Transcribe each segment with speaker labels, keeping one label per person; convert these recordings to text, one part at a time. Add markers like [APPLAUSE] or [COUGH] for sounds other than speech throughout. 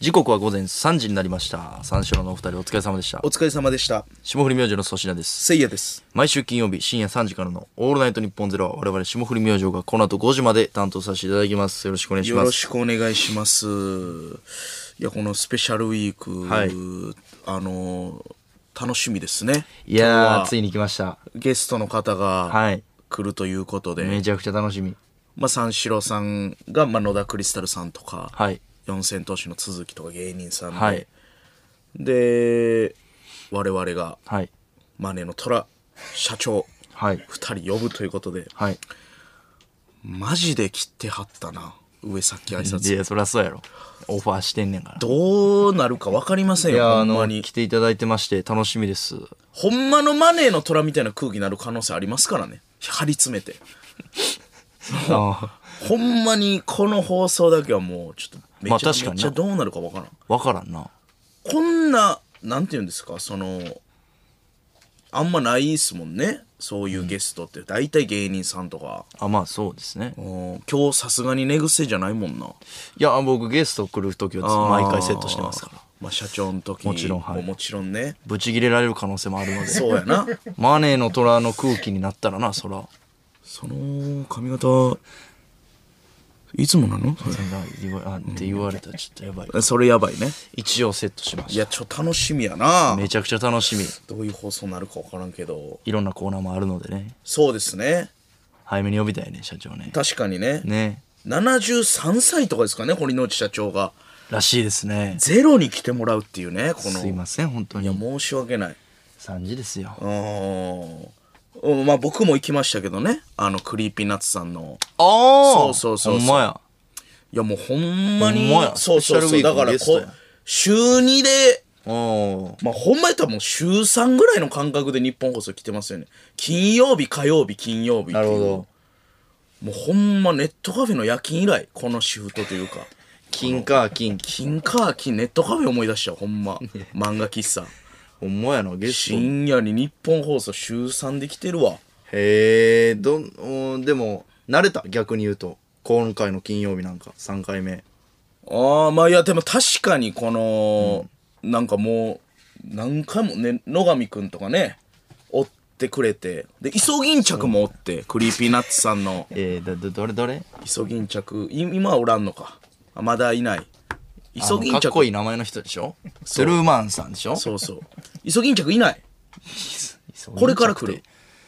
Speaker 1: 時刻は午前3時になりました三四郎のお二人お疲れ様でした
Speaker 2: お疲れ様でした。
Speaker 1: 霜降り明星の粗品です
Speaker 2: せいやです。
Speaker 1: 毎週金曜日深夜3時からの「オールナイトニッポンゼロは我々霜降り明星がこの後5時まで担当させていただきますよろしくお願いし
Speaker 2: よ
Speaker 1: ま
Speaker 2: ろ
Speaker 1: す
Speaker 2: しくお願いします。いや、このスペシャルウィーク、
Speaker 1: はい
Speaker 2: あの、楽しみですね。
Speaker 1: いやーつ
Speaker 2: い
Speaker 1: いに来ました
Speaker 2: ゲストの方
Speaker 1: は
Speaker 2: が
Speaker 1: い
Speaker 2: 来るということで、
Speaker 1: めちゃくちゃ楽しみ
Speaker 2: まあ、三四郎さんが、まあ、野田クリスタルさんとか、
Speaker 1: はい
Speaker 2: 四千頭身の都築とか芸人さんで、
Speaker 1: はい
Speaker 2: で、我々が
Speaker 1: はい
Speaker 2: マネーの虎社長、
Speaker 1: はい
Speaker 2: 二人呼ぶということで、
Speaker 1: はい
Speaker 2: マジで切ってはったな、上さっき挨拶
Speaker 1: いやそりゃそうやろオファーしてんねんから
Speaker 2: どうなるか分かりません
Speaker 1: い
Speaker 2: よ、
Speaker 1: や
Speaker 2: ほ
Speaker 1: あ
Speaker 2: んま
Speaker 1: の
Speaker 2: に
Speaker 1: 来。ていただいてまして楽しみです
Speaker 2: ほんまのマネーの虎みたいな空気になる可能性ありますからね。張り詰めて。
Speaker 1: あ
Speaker 2: ほんまにこの放送だけはもう、ちょっとめちゃ、
Speaker 1: まあ確かにな
Speaker 2: めっちゃどうなるか分からん。
Speaker 1: 分からんな
Speaker 2: こんな、なんて言うんですか、その、あんまないっすもんね。そういうゲストって。大体芸人さんとか。
Speaker 1: あまあそうですね
Speaker 2: うん今日さすがに寝癖じゃないもんな。
Speaker 1: いや僕ゲスト来る時は毎回セットしてますから
Speaker 2: ら。まあ社長の時
Speaker 1: もちろんはい
Speaker 2: もちろんね。
Speaker 1: ブチギレられる可能性もある
Speaker 2: [LAUGHS]
Speaker 1: ので
Speaker 2: そうやな。
Speaker 1: マネーの虎の空気になったらなそら
Speaker 2: その髪型いつもなのそれ
Speaker 1: そんな言わあって言われたらちょっとやばい
Speaker 2: それやばいね
Speaker 1: 一応セットしま
Speaker 2: い
Speaker 1: し
Speaker 2: やちょ楽しみやな
Speaker 1: ためちゃくちゃ楽しみ
Speaker 2: どういう放送になるか分からんけど
Speaker 1: いろんなコーナーもあるのでね
Speaker 2: そうですね
Speaker 1: 早めに呼びたいね社長ね
Speaker 2: 確かにね
Speaker 1: ね
Speaker 2: 73歳とかですかね堀之内社長が
Speaker 1: らしいですね
Speaker 2: ゼロに来てもらうっていうねこの
Speaker 1: すいません本当
Speaker 2: いや
Speaker 1: に
Speaker 2: 申し訳ない
Speaker 1: 3時ですよ
Speaker 2: うーんうんまあ僕も行きましたけどねあのクリーピーナッツさんの
Speaker 1: ああ
Speaker 2: そうそうそうそう
Speaker 1: ほんまや
Speaker 2: いやもうほんまに
Speaker 1: ほんまや
Speaker 2: そうそ
Speaker 1: スペシャ
Speaker 2: うそう
Speaker 1: ルウィー
Speaker 2: だ
Speaker 1: クの
Speaker 2: から
Speaker 1: ゲストや
Speaker 2: こ週2で
Speaker 1: お
Speaker 2: まあ、ほんまやったらもう週3ぐらいの感覚で日本放送来てますよね。金曜日、火曜日、金曜日っていう
Speaker 1: なるほど
Speaker 2: もうほんまネットカフェの夜勤以来、このシフトというか。
Speaker 1: 金か金
Speaker 2: 金か金、ネットカフェ思い出したよ、
Speaker 1: [LAUGHS]
Speaker 2: ほんま。漫画喫茶。
Speaker 1: ほんまやなゲスト
Speaker 2: 深夜に日本放送週3で来てるわ。
Speaker 1: へえどんおでも慣れた逆に言うと今回の金曜日なんか3回目
Speaker 2: ああ、まあいや、でも確かにこの、なんかもう、何回もね、野上くんとかね、追ってくれて、で、イソギンチャクも追って、クリーピーナッツさんの。
Speaker 1: えー、だどどれどれ
Speaker 2: イソギンチャクい今はおらんのかあまだいないイソギン
Speaker 1: あの
Speaker 2: チ
Speaker 1: かっ
Speaker 2: ャ
Speaker 1: こ
Speaker 2: ク
Speaker 1: いい名前の人でしょスルーマンさんでしょ
Speaker 2: そうそうイソギンチャクいないこれから来る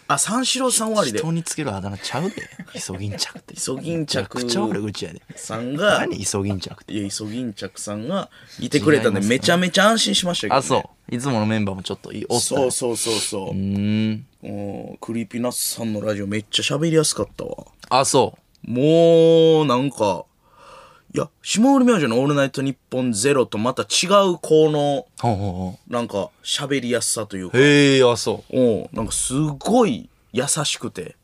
Speaker 2: あ三四郎さん終わりで
Speaker 1: 人につけるあだ名ちゃうでイソギンチャクってイ
Speaker 2: ソギンチャク
Speaker 1: めちゃくちゃ悪口やで
Speaker 2: さんが
Speaker 1: 何イソギンチャクって
Speaker 2: いやイソギンチャクさんがいてくれたんで
Speaker 1: 違いますね
Speaker 2: めちゃめちゃ安心しましたけど、ね、
Speaker 1: あそういつものメンバーもちょっといおった
Speaker 2: そうそうそうそう
Speaker 1: うん
Speaker 2: うんクリーピーナッツさんのラジオめっちゃ喋りやすかったわ
Speaker 1: あそう
Speaker 2: もうなんかいや霜降り明星の「オールナイトニッポンゼロとまた違うこの
Speaker 1: ほうほうほ
Speaker 2: なんか喋りやすさというか
Speaker 1: うへえあそう
Speaker 2: おなんかすごい優しくて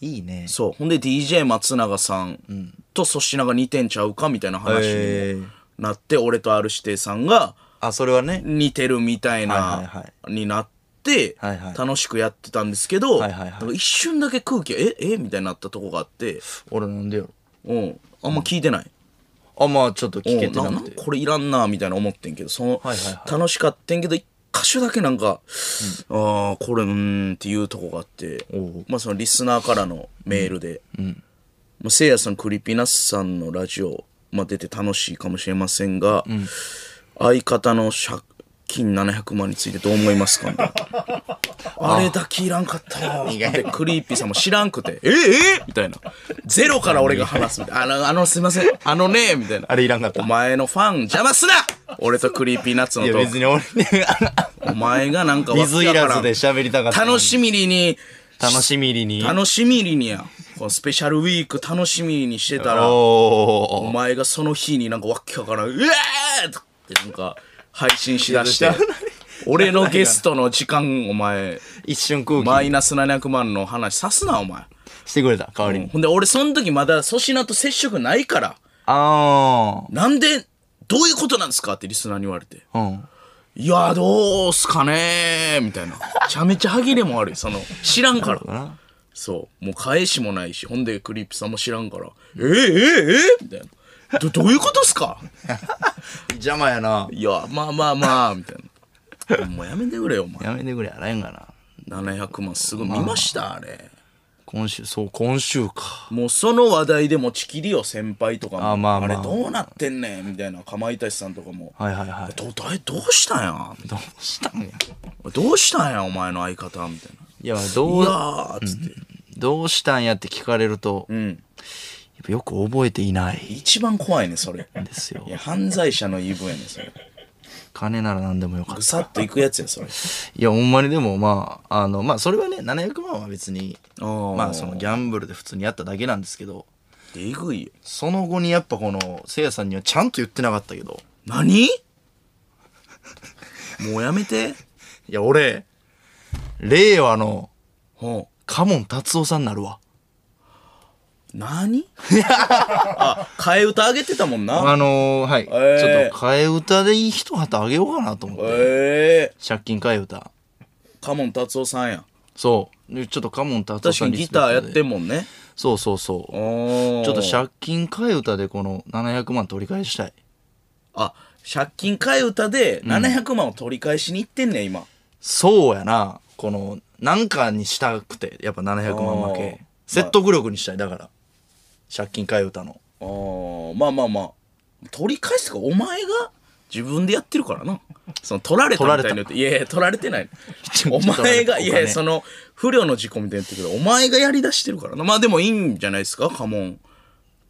Speaker 1: いいね
Speaker 2: そうほんで DJ 松永さんと粗品が似てんちゃうかみたいな話
Speaker 1: へー
Speaker 2: にもなって、俺と R 指定さんが
Speaker 1: あそれはね
Speaker 2: 似てるみたいな、
Speaker 1: はいはい
Speaker 2: になって、
Speaker 1: はいはい
Speaker 2: 楽しくやってたんですけど、
Speaker 1: はいはいはい
Speaker 2: なんか一瞬だけ空気がええみたいになったとこがあって、
Speaker 1: 俺なんでよ
Speaker 2: うん、あんま聞いてない。
Speaker 1: あまあちょっと聞け
Speaker 2: うん
Speaker 1: てな
Speaker 2: な
Speaker 1: く
Speaker 2: ん
Speaker 1: て
Speaker 2: かこれいらんなみたいな思ってんけどその、
Speaker 1: はいはいは
Speaker 2: 楽しかってんけど一箇所だけなんか、ああこれうーんっていうとこがあって
Speaker 1: おう
Speaker 2: まあそのリスナーからのメールで「まあ、せいやさんクリピナスさんのラジオ、まあ、出て楽しいかもしれませんが、相方の借金700万についてどう思いま
Speaker 1: [LAUGHS]
Speaker 2: すか?」みたいなあれだけいらんかったなでクリーピーさんも知らんくて「えええみたいな「ゼロから俺が話す」みたいな「あのあのすいませんあのね」みたいな
Speaker 1: あれいらんかった
Speaker 2: お前のファン邪魔すな俺とクリーピーナッツの
Speaker 1: い
Speaker 2: ト
Speaker 1: や
Speaker 2: ー
Speaker 1: 別
Speaker 2: ク
Speaker 1: に俺
Speaker 2: [LAUGHS]
Speaker 1: ね
Speaker 2: お前がなんかわけ
Speaker 1: 水い
Speaker 2: わから
Speaker 1: ず
Speaker 2: ん
Speaker 1: で喋りたかった
Speaker 2: 楽しみに
Speaker 1: 楽しみに
Speaker 2: 楽しみにやこのスペシャルウィーク楽しみにしてたら
Speaker 1: お
Speaker 2: お
Speaker 1: ー
Speaker 2: 前がその日になんかわけわからんうわーってなんか配信しだし
Speaker 1: い
Speaker 2: て
Speaker 1: や絶
Speaker 2: 俺のゲストの時間お前
Speaker 1: 一瞬空気
Speaker 2: マイナス700万の話さすなお前
Speaker 1: してくれた代わりに、
Speaker 2: ほんで俺その時まだ粗品と接触ないから
Speaker 1: あ
Speaker 2: なんでどういうことなんですかってリスナーに言われて
Speaker 1: あうん
Speaker 2: いや、どうすかねーみたいな。めちゃめちゃ歯切れも悪い。その、知らんか
Speaker 1: だ
Speaker 2: ら。
Speaker 1: な
Speaker 2: そう。もう返しもないし、ほんでクリップさんも知らんから。えー、えー、えーみたいな。ど、どういうことっすか
Speaker 1: 邪魔やない
Speaker 2: や、まあまあまあ、みたいな。もうやめてくれよ、お前。
Speaker 1: やめてくれやらへんがな
Speaker 2: 700万すごい見ましたあれ
Speaker 1: 今週そう今週か
Speaker 2: もうその話題で持ちきりよ先輩とかも
Speaker 1: あまあまあ
Speaker 2: れどうなってんねんみたいなかまいたちさんとかも
Speaker 1: はいはいはい
Speaker 2: どだいどうしたんやみた
Speaker 1: どうしたんや
Speaker 2: いなどうしたんやお前の相方みたい
Speaker 1: いやど
Speaker 2: ないうやーっつって、
Speaker 1: どうしたんやって聞かれると、
Speaker 2: ん
Speaker 1: やっぱよく覚えていない
Speaker 2: 一番怖いねそれ
Speaker 1: んですよ
Speaker 2: いや犯罪者の言い分やねそれ
Speaker 1: 金なら何でもよかっ
Speaker 2: ぐ
Speaker 1: た
Speaker 2: さっといくやつやそれ
Speaker 1: いやほんまにでもまああのまあそれはね700万は別に
Speaker 2: あー
Speaker 1: まあそのギャンブルで普通にやっただけなんですけど
Speaker 2: えぐいよ
Speaker 1: その後にやっぱこのせいやさんにはちゃんと言ってなかったけど
Speaker 2: 何もうやめ
Speaker 1: [LAUGHS]
Speaker 2: て
Speaker 1: いや俺令和の
Speaker 2: ほう
Speaker 1: カモン達夫さんになるわ
Speaker 2: 何 [LAUGHS] あ替え歌あげてたもんな
Speaker 1: あのー、はい、
Speaker 2: ー
Speaker 1: ちょっと替え歌でいい一旗あげようかなと思って
Speaker 2: ええ
Speaker 1: 借金替え歌
Speaker 2: カモン達夫さんや
Speaker 1: そうでちょっとカモン達夫
Speaker 2: 確
Speaker 1: さ
Speaker 2: か
Speaker 1: ん
Speaker 2: にギターやって
Speaker 1: も
Speaker 2: んもんね
Speaker 1: そうそうそう
Speaker 2: おー
Speaker 1: ちょっと借金替え歌でこの700万取り返したい
Speaker 2: あ借金替え歌で700万を取り返しに行ってんねん今
Speaker 1: そうやなこのなんかにしたくてやっぱ700万負
Speaker 2: あー
Speaker 1: け説得力にしたいだから借金替え歌の
Speaker 2: あーまあまあまあ取り返すかお前が自分でやってるからなその取られたみたいに言っていやいや取られてない
Speaker 1: [LAUGHS] ちょ
Speaker 2: [LAUGHS] お前
Speaker 1: ちょ
Speaker 2: が
Speaker 1: っと取られた
Speaker 2: いやい
Speaker 1: お金
Speaker 2: やその不良の事故みたいに言ってるけどお前がやりだしてるからなまあでもいいんじゃないですかカモン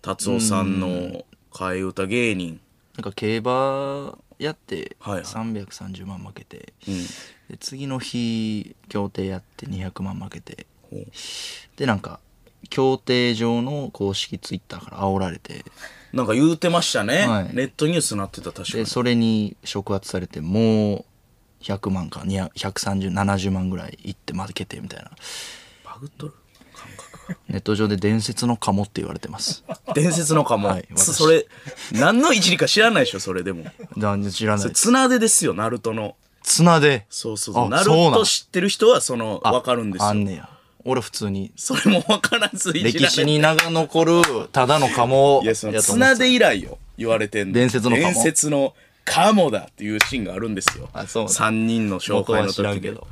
Speaker 2: 達夫さんの替え歌芸人
Speaker 1: なんか競馬やって
Speaker 2: はいはい
Speaker 1: 330万負けて、
Speaker 2: ん
Speaker 1: で次の日競艇やって200万負けて
Speaker 2: ほう
Speaker 1: でなんか競艇場の公式ツイッターから煽られて
Speaker 2: なんか言うてましたね、
Speaker 1: はい
Speaker 2: ネットニュースになってた確かに
Speaker 1: でそれに触発されてもう100万か13070万ぐらいいって負けてみたいな
Speaker 2: バグっとる感覚
Speaker 1: ネット上で伝説のカモって言われて
Speaker 2: [LAUGHS]
Speaker 1: ます
Speaker 2: が伝説のかも、
Speaker 1: はい私
Speaker 2: そそれ何の一理か知らないでしょそれでも
Speaker 1: なんで知らな
Speaker 2: それ
Speaker 1: い
Speaker 2: 綱でですよナルトの
Speaker 1: 綱で
Speaker 2: そうそうそう
Speaker 1: あ
Speaker 2: ナル
Speaker 1: そうなん
Speaker 2: ト知ってる人はその
Speaker 1: あ
Speaker 2: 分かるんです
Speaker 1: あん
Speaker 2: よ
Speaker 1: ねや俺普通に
Speaker 2: それも分からずいじ
Speaker 1: 歴
Speaker 2: られて
Speaker 1: 史に名が残るただのカモ
Speaker 2: いやその
Speaker 1: やと思って
Speaker 2: 綱
Speaker 1: た
Speaker 2: で以来よ言われてんの
Speaker 1: 伝説のカモ
Speaker 2: 伝説のカモだっていうシーンがあるんですよ
Speaker 1: あそうなんだ
Speaker 2: 3人の紹
Speaker 1: 僕
Speaker 2: 介
Speaker 1: は
Speaker 2: の
Speaker 1: 知らん
Speaker 2: 時
Speaker 1: け
Speaker 2: で
Speaker 1: ど。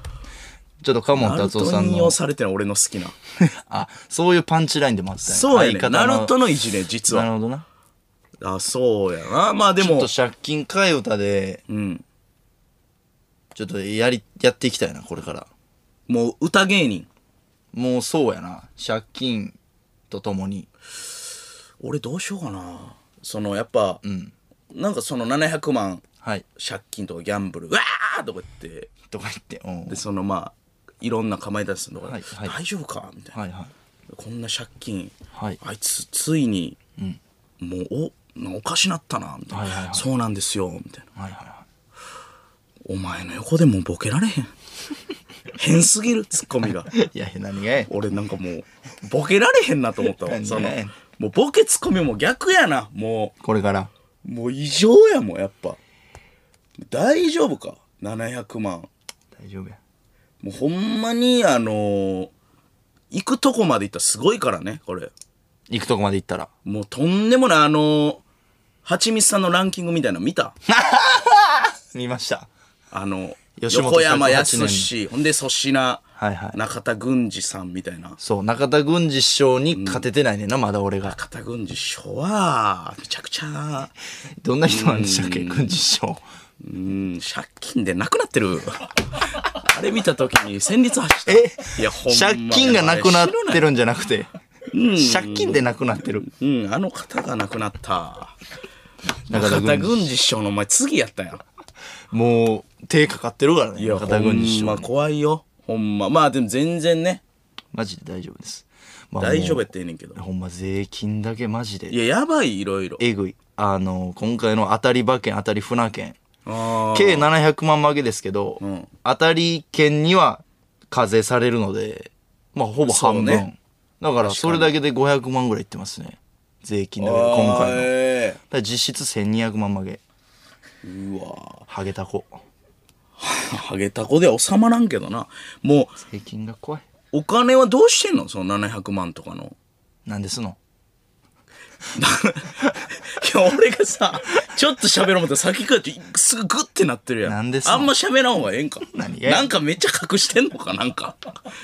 Speaker 1: ちょっとカモン
Speaker 2: ナル
Speaker 1: 達夫さ
Speaker 2: ト
Speaker 1: ん
Speaker 2: に引用
Speaker 1: の、
Speaker 2: されてる俺の好きな
Speaker 1: あ、そういうパンチラインでもあったんや
Speaker 2: そうやね
Speaker 1: 相方
Speaker 2: ナ
Speaker 1: の
Speaker 2: ルトのいじれ実
Speaker 1: なる
Speaker 2: は
Speaker 1: ほどな。
Speaker 2: あそうやなまあで
Speaker 1: ちょっ
Speaker 2: も
Speaker 1: と借金替え歌で、
Speaker 2: うん
Speaker 1: ちょっとやり、やっていきたいな、これから。
Speaker 2: もう歌芸人
Speaker 1: もうそうやな。借金とともに。
Speaker 2: 俺どうしようかなそのやっぱ、なんかその700万
Speaker 1: はい。
Speaker 2: 借金とかギャンブルうわーとか言って
Speaker 1: とか言って、うん。
Speaker 2: でそのまあいろんな構いたちさんとか、
Speaker 1: はいはい
Speaker 2: 大丈夫かみたいな、
Speaker 1: はいはい。
Speaker 2: こんな借金、
Speaker 1: はい
Speaker 2: あいつついに、もうおなんかおかしなったなみたいな、
Speaker 1: はいはいはい
Speaker 2: そうなんですよみたいな
Speaker 1: はいはいは
Speaker 2: お前の横でもうボケられへん変すぎるツッコミが
Speaker 1: [LAUGHS] い。いやいや、何がや。
Speaker 2: 俺なんかもうボケられへんなと思ったわその
Speaker 1: ね
Speaker 2: もうボケツッコミも逆やなもう
Speaker 1: これから。
Speaker 2: もう異常やもんやっぱ大丈夫か700万
Speaker 1: 大丈夫や。
Speaker 2: もうほんまにあのー行くとこまで行ったらすごいからねこれ
Speaker 1: 行くとこまで行ったら。
Speaker 2: もうとんでもないあのーはちみつさんのランキングみたいなの見た
Speaker 1: 見ました。
Speaker 2: あの
Speaker 1: 吉本
Speaker 2: 横山
Speaker 1: 108年
Speaker 2: 康史ほんで粗品、
Speaker 1: はいはい
Speaker 2: 中田軍司さんみたいな
Speaker 1: そう、中田軍司師匠に勝ててないねんな、まだ俺が。
Speaker 2: 中田軍司師匠はめちゃくちゃ
Speaker 1: どんな人なんでしたっけ、軍司師匠。
Speaker 2: うん借金でなくなってる [LAUGHS] あれ見た時に戦慄走ったいやほんま
Speaker 1: 借金がなくなってるんじゃなくて、
Speaker 2: ん
Speaker 1: 借金でなくなってる。
Speaker 2: うん、あの方が亡くなった。
Speaker 1: 中
Speaker 2: 中
Speaker 1: 田軍司
Speaker 2: 田軍司師匠のお前次やったやん。
Speaker 1: もう、手かかってるからね、中田軍事
Speaker 2: ほんま
Speaker 1: 賞。
Speaker 2: 怖いよ。ほんま。まあでも全然ね、
Speaker 1: マジで大丈夫です。まあ
Speaker 2: 大丈夫やっ。てええねんけど
Speaker 1: もう。ほんま、税金だけマジ
Speaker 2: い
Speaker 1: で。
Speaker 2: や、やばい、いろいろ。
Speaker 1: えぐい。あの、今回の当たり馬券、当たり船券。
Speaker 2: あー
Speaker 1: 計700万負けですけど、
Speaker 2: ん
Speaker 1: 当たり券には課税されるので、まあ、ほぼ半分。
Speaker 2: そうね
Speaker 1: だから、それだけで500万ぐらいいってますね。税金だけで、今
Speaker 2: あー
Speaker 1: 回の。だか
Speaker 2: え
Speaker 1: ら実質1200万負け。
Speaker 2: えうわ
Speaker 1: ハゲタコ。
Speaker 2: ハゲタコでは収まらんけどな。も
Speaker 1: 税金が怖い。
Speaker 2: う、お金はどうしてんのその700万とかの。
Speaker 1: なんですの
Speaker 2: [LAUGHS] い俺がさ、ちょっと喋ろう思ったら先からすぐグッてなってるやん。
Speaker 1: なんでさ
Speaker 2: あんま喋らん方がええんか。
Speaker 1: 何がや
Speaker 2: なんかめっちゃ隠してんのかなんか。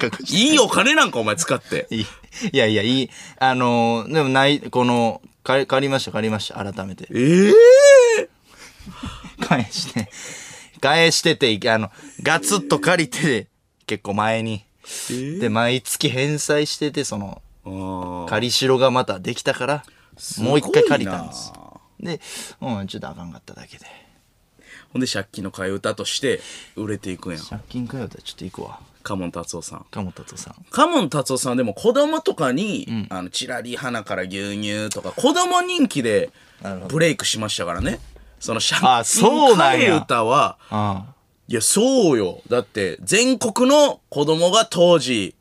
Speaker 1: 隠して
Speaker 2: いいお金なんかお前使って。
Speaker 1: いい [LAUGHS] いやいや、いい。あのーでもない、この、借り借りました、借りました、改めて。
Speaker 2: ええ
Speaker 1: 返して、返してて、あの、ガツッと借りて、結構前に。で、毎月返済してて、その、
Speaker 2: ー。
Speaker 1: 借りしろがまたできたから、もう一回借りたんです
Speaker 2: ごい。な
Speaker 1: で、うん、ちょっとあかんかっただけで。
Speaker 2: ほんで借金の替え歌として売れていくんやん。
Speaker 1: 借金かよってちょっと行くわ。
Speaker 2: カモン達夫さん。
Speaker 1: かもたとさん。
Speaker 2: カモン達夫さんでも子供とかに、あの、チラリ花から牛乳とか、子供人気でブレイクしましたからね。その借
Speaker 1: あそう
Speaker 2: 金
Speaker 1: なん
Speaker 2: 替え
Speaker 1: や
Speaker 2: 歌は、
Speaker 1: あ
Speaker 2: いや、そうよ。だって、全国の子供が当時、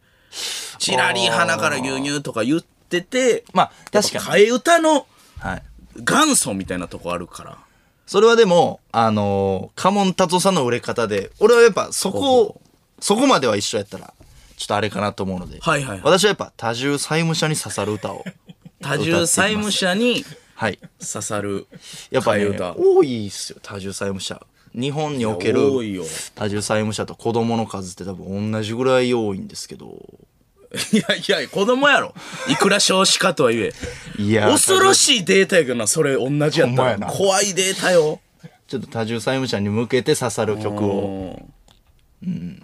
Speaker 2: チラリ花から牛乳とか言ってて、
Speaker 1: まあ
Speaker 2: やっぱ
Speaker 1: 確か
Speaker 2: 替え歌の
Speaker 1: あ。はい。
Speaker 2: 元祖みたいなとこあるから。
Speaker 1: それはでも、あのー、カモン達夫さんの売れ方で、俺はやっぱそこを、そこまでは一緒やったら、ちょっとあれかなと思うので、
Speaker 2: はいはいはい
Speaker 1: 私はやっぱ多重債務者に刺さる
Speaker 2: [LAUGHS]
Speaker 1: 歌を。
Speaker 2: 多重債務者に
Speaker 1: はい。
Speaker 2: 刺さる
Speaker 1: やっぱ
Speaker 2: 替え
Speaker 1: ね
Speaker 2: 歌。、
Speaker 1: 多いっすよ、多重債務者。日本における
Speaker 2: 多いよ
Speaker 1: 多重債務者と子供の数って多分同じぐらい多いんですけど。
Speaker 2: いやいや、子供やろ。いくら少子化とはいえ。
Speaker 1: いやー
Speaker 2: 恐ろしいデータやけどな、それ同じやっ
Speaker 1: ほんま
Speaker 2: た
Speaker 1: や
Speaker 2: ら。
Speaker 1: な
Speaker 2: 怖いデータよ。
Speaker 1: ちょっと多重債務者に向けて刺さる曲を。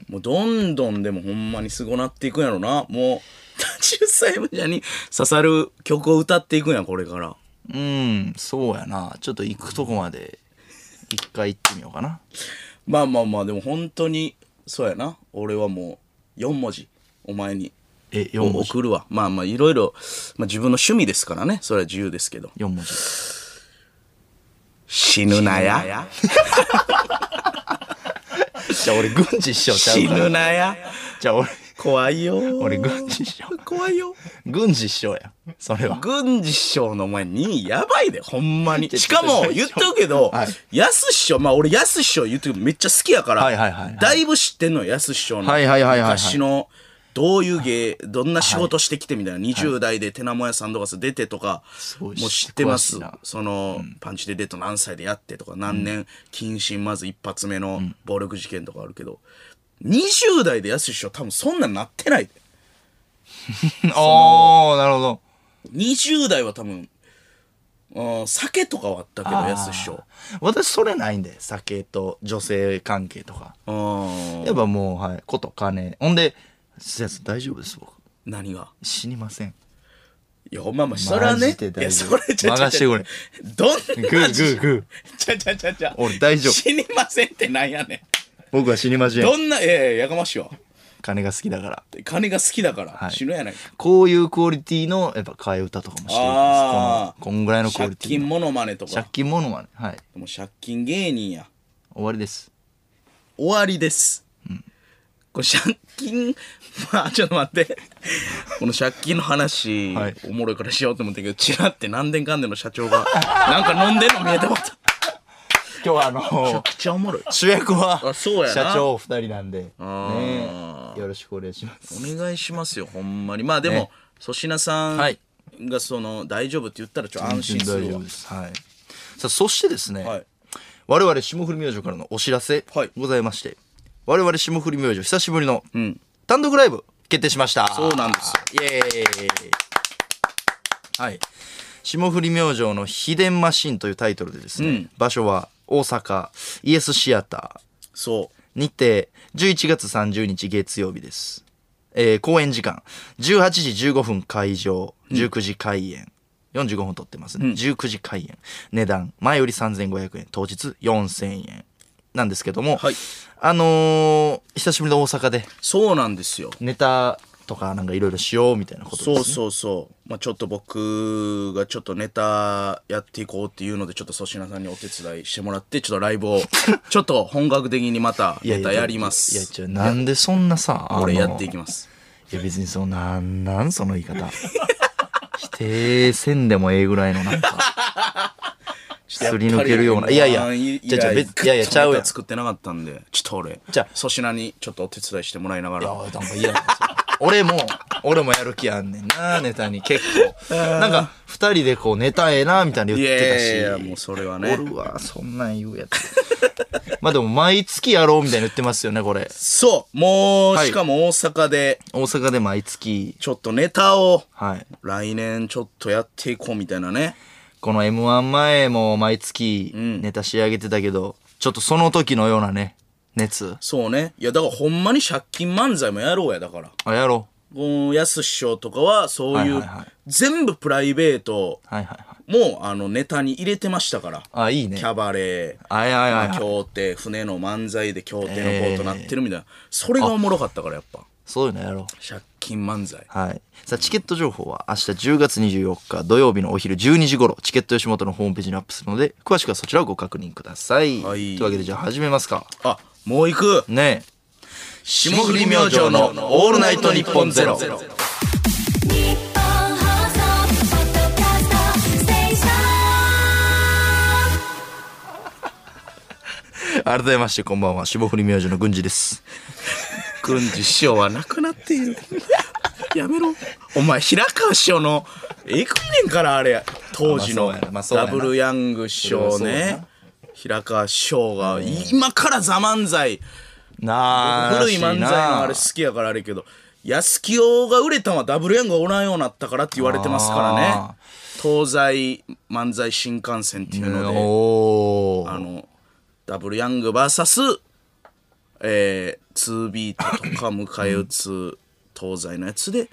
Speaker 2: もうどんどんでもほんまにすごなっていくんやろな。もう、10歳無者に刺さる曲を歌っていくんや、これから。
Speaker 1: うん、そうやな。ちょっと行くとこまで、一回行ってみようかな。
Speaker 2: まあまあまあ、でも本当に、そうやな。俺はもう、4文字、お前に
Speaker 1: え、4文字。
Speaker 2: 送るわ。まあまあ、いろいろ、まあ自分の趣味ですからね。それは自由ですけど。
Speaker 1: 4文字。
Speaker 2: 死ぬなや。
Speaker 1: じゃあ俺軍事師匠ちゃう
Speaker 2: 死
Speaker 1: から
Speaker 2: ぬなや。
Speaker 1: じゃあ俺、
Speaker 2: 怖いよ。
Speaker 1: 俺軍事師匠。
Speaker 2: 怖いよ。
Speaker 1: 軍事師匠や。それは。
Speaker 2: 軍事師匠のお前にやばいで、ほん
Speaker 1: [LAUGHS]
Speaker 2: まに。しかも、言っとくけど
Speaker 1: はい、
Speaker 2: 安師匠、まあ俺安師匠言ってめっちゃ好きやから、
Speaker 1: はいはいはいはい
Speaker 2: だいぶ知ってんのよ、安師匠の。
Speaker 1: はいはいはいはいはい
Speaker 2: 昔の、どういう芸、どんな仕事してきてみたいな、20代で手名もやさんとか出てとか、も
Speaker 1: ご
Speaker 2: う
Speaker 1: い
Speaker 2: 知ってます
Speaker 1: 詳しいな。
Speaker 2: その、パンチでデート何歳でやってとか、何年、謹慎まず一発目の暴力事件とかあるけど、20代で安師匠多分そんなんなってないで。
Speaker 1: おー、なるほど。
Speaker 2: 20代は多分、うん酒とかはあったけど、
Speaker 1: あー
Speaker 2: 安師匠。
Speaker 1: 私それないんで、酒と女性関係とか。
Speaker 2: うん
Speaker 1: やっぱもう、はい。こと金。ほんで、先生大丈夫です、僕。
Speaker 2: 何が
Speaker 1: 死にません。
Speaker 2: いや、ほんまあまあ、それはね。
Speaker 1: マジで
Speaker 2: い
Speaker 1: 大
Speaker 2: や、
Speaker 1: 丈
Speaker 2: そ
Speaker 1: 夫
Speaker 2: れちゃちゃ
Speaker 1: 任してくれ
Speaker 2: どんな
Speaker 1: グーグーグ
Speaker 2: ちゃちゃちゃちゃ。
Speaker 1: 俺大丈夫
Speaker 2: 死にませんってなんやね
Speaker 1: ー。僕は死にませ
Speaker 2: ん。
Speaker 1: ん
Speaker 2: ど。んな、いやいや、やかましいわ。
Speaker 1: 金が好きだから。
Speaker 2: 金が好きだから、
Speaker 1: はい
Speaker 2: 死ぬやないか。
Speaker 1: こういうクオリティの、やっぱ替え歌とかもしてるんです。こ
Speaker 2: あ
Speaker 1: の
Speaker 2: ー
Speaker 1: こんぐらいのクオ
Speaker 2: 借
Speaker 1: リティ
Speaker 2: 金
Speaker 1: の。
Speaker 2: モノマネと
Speaker 1: 借
Speaker 2: か。
Speaker 1: 金ものはね。はい。
Speaker 2: もう借金芸人や。
Speaker 1: 終わりです。
Speaker 2: 終わりです。これ借金、 [LAUGHS] まあちょっと待って。この借金の話、
Speaker 1: はい
Speaker 2: おもろいからしようと思ったけど、チラって何年かんでの社長が、 [LAUGHS] なんか飲んでんの見えてもった。
Speaker 1: 今日はあ
Speaker 2: めちゃ
Speaker 1: の
Speaker 2: くちゃおもろい。
Speaker 1: 主役は
Speaker 2: あそうやな
Speaker 1: 社長二人なんで、ね
Speaker 2: あ、
Speaker 1: よろしくお願いします。
Speaker 2: お願いしますよ、ほんまに。まあで
Speaker 1: ね
Speaker 2: も、粗品さん
Speaker 1: はい
Speaker 2: がその、大丈夫って言ったらちょっと安心す
Speaker 1: 大
Speaker 2: る
Speaker 1: 丈
Speaker 2: わ
Speaker 1: 夫。です。はい。さあ、そしてですね、
Speaker 2: はい。
Speaker 1: 我々霜降り明星からのお知らせ
Speaker 2: はい
Speaker 1: ございまして、我々霜降り明星久しぶりの
Speaker 2: ん
Speaker 1: 単独ライブ決定しました。
Speaker 2: そうなんです
Speaker 1: イエーイ。はい。霜降り明星の秘伝マシンというタイトルでですね、場所は大阪イエスシアター、
Speaker 2: そう。
Speaker 1: 日程11月30日月曜日です、えー、公演時間18時15分会場19時開演、45分撮ってますね、19時開演値段前より3500円当日4000円なんですけども、
Speaker 2: はい
Speaker 1: あのー久しぶりの大阪で
Speaker 2: そうなんですよ。
Speaker 1: ネタとかなんかいろいろしようみたいなことです、ね、
Speaker 2: そうそうそう。まあちょっと僕がちょっとネタやっていこうっていうので、ちょっと粗品さんにお手伝いしてもらって、ちょっとラ
Speaker 1: [LAUGHS]
Speaker 2: イブを、ちょっと本格的にまた
Speaker 1: いや
Speaker 2: ネ
Speaker 1: い
Speaker 2: タ
Speaker 1: や
Speaker 2: やりま
Speaker 1: いや
Speaker 2: す。
Speaker 1: じゃあなんでそんなさ
Speaker 2: 俺
Speaker 1: あ
Speaker 2: や
Speaker 1: の
Speaker 2: っていきます。
Speaker 1: いや別にそのなんなんその言い方否定せんでもええぐらいのなんかすり抜けるような。いやいや、じゃあじゃあ別いやいや、ちゃうやん。い
Speaker 2: 作ってなかったんで、ちょっと俺、
Speaker 1: じゃあ
Speaker 2: 粗品にちょっとお手伝いしてもらいながら。
Speaker 1: や、なんか嫌やなそ俺も、俺もやる気あんねんな、ネタに結構。なんか、二人でこう、ネタええな、みたいな言ってたし。
Speaker 2: いやいやいやもうそれはね
Speaker 1: おるわ、そんなん言うやつ。まあでも、毎月やろうみたいな言ってますよね、これ。
Speaker 2: そうもう、
Speaker 1: はい
Speaker 2: しかも大阪で、
Speaker 1: 大阪で毎月、
Speaker 2: ちょっとネタを、
Speaker 1: はい。
Speaker 2: 来年ちょっとやっていこうみたいなね。
Speaker 1: この M1 前も毎月、ネタ仕上げてたけど、ちょっとその時のようなね、熱。
Speaker 2: そうね。いや、だからほんまに借金漫才もやろうや、だから。
Speaker 1: あ、やろ
Speaker 2: このやす師匠とかは、そういう、
Speaker 1: はいはいはい
Speaker 2: 全部プライベート
Speaker 1: う。はいはいはい。
Speaker 2: も、あの、ネタに入れてましたから。
Speaker 1: あ、いいね
Speaker 2: キ。ャバレー、
Speaker 1: はいはいはいは
Speaker 2: まあ
Speaker 1: い。
Speaker 2: 競艇、船の漫才で競艇のボートなってるみたいな。それがおもろかったから、やっぱ。
Speaker 1: そういうのやろう。
Speaker 2: 借金漫才。
Speaker 1: はい。さあ、チケット情報は明日10月24日土曜日のお昼12時頃、チケット吉本のホームページにアップするので、詳しくはそちらをご確認ください。
Speaker 2: はい
Speaker 1: というわけで、じゃあ始めますか。
Speaker 2: あ、もう行く
Speaker 1: ねえ。
Speaker 2: 霜降り明星のオールナイトニッポンゼロ
Speaker 3: 日本放送ポッドキャストステーション
Speaker 1: 改めまして、こんばんは。霜降り明星の郡司です。
Speaker 2: 軍事師匠はなくなっている。やめろ。お前、平川師匠の、えくいねんから、あれ。当時の
Speaker 1: まあそうやなまあ、そうや
Speaker 2: ダ
Speaker 1: な
Speaker 2: ブルヤング師匠
Speaker 1: それはそうや
Speaker 2: ね
Speaker 1: な。
Speaker 2: 平川師匠が、今からザ漫才、
Speaker 1: なあ、
Speaker 2: 古い漫才のあ
Speaker 1: ら
Speaker 2: れ好
Speaker 1: し
Speaker 2: きやからあれやけど、安清が売れたのはダブルヤングがおらんようになったからって言われてますから
Speaker 1: あ
Speaker 2: ね。東西漫才新幹線っていう
Speaker 1: いな
Speaker 2: ので。
Speaker 1: お
Speaker 2: あ
Speaker 1: ー。
Speaker 2: の、ダブルヤング VS、えー、2ビートとか迎え撃つ東西のやつで、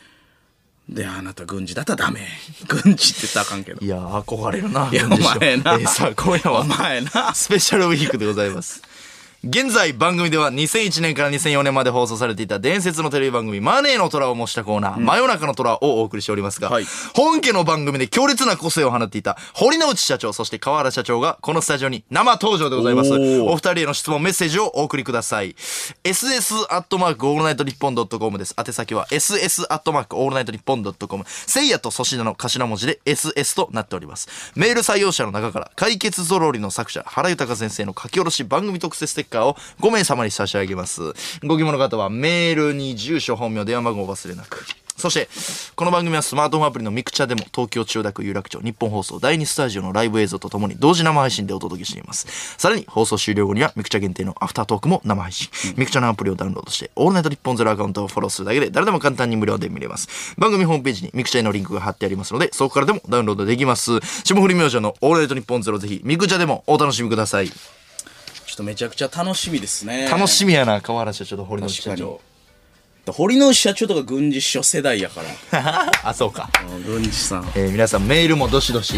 Speaker 2: で、あなた軍事だったらダメ。 [LAUGHS] 軍事って言ったらあかんけど
Speaker 1: い。や、憧れるな、
Speaker 2: いや
Speaker 1: 郡司師匠
Speaker 2: お前な
Speaker 1: えーさあ、今夜は。
Speaker 2: お前な。
Speaker 1: スペシャルウィークでございます。現在番組では2001年から2004年まで放送されていた伝説のテレビ番組「マネーの虎」を模したコーナー「真夜中の虎」をお送りしておりますが、
Speaker 2: はい
Speaker 1: 本家の番組で強烈な個性を放っていた堀之内社長そして河原社長がこのスタジオに生登場でございます
Speaker 2: おー
Speaker 1: お二人への質問メッセージをお送りください ss アットマークオールナイトニッポンドットコムです宛先は ss アットマークオールナイトニッポンドットコムせいやと粗品の頭文字で ss となっておりますメール採用者の中から解決ぞろりの作者原豊先生の書き下ろし番組特設ステッカーを5名様に差し上げますご希望の方はメールに住所本名電話番号をお忘れなくそして、この番組はスマートフォンアプリのミクチャでも東京千代田区有楽町日本放送第2スタジオのライブ映像とともに同時生配信でお届けしています。さらに放送終了後にはミクチャ限定のアフタートークも生配信。ミクチャのアプリをダウンロードして、オールナイト日本ゼロアカウントをフォローするだけで誰でも簡単に無料で見れます。番組ホームページにミクチャへのリンクが貼ってありますので、そこからでもダウンロードできます。霜降り明星のオールナイト日本ゼロぜひミクチャでもお楽しみください。
Speaker 2: ちょっとめちゃくちゃ楽しみですね。
Speaker 1: 楽しみやな、河原社長と堀之内社
Speaker 2: 確かに
Speaker 1: 長。。
Speaker 2: 堀之内社長とか軍事師匠世代やから。
Speaker 1: あ、そうか。
Speaker 2: 軍事さん。
Speaker 1: えー皆さんメールもどしどし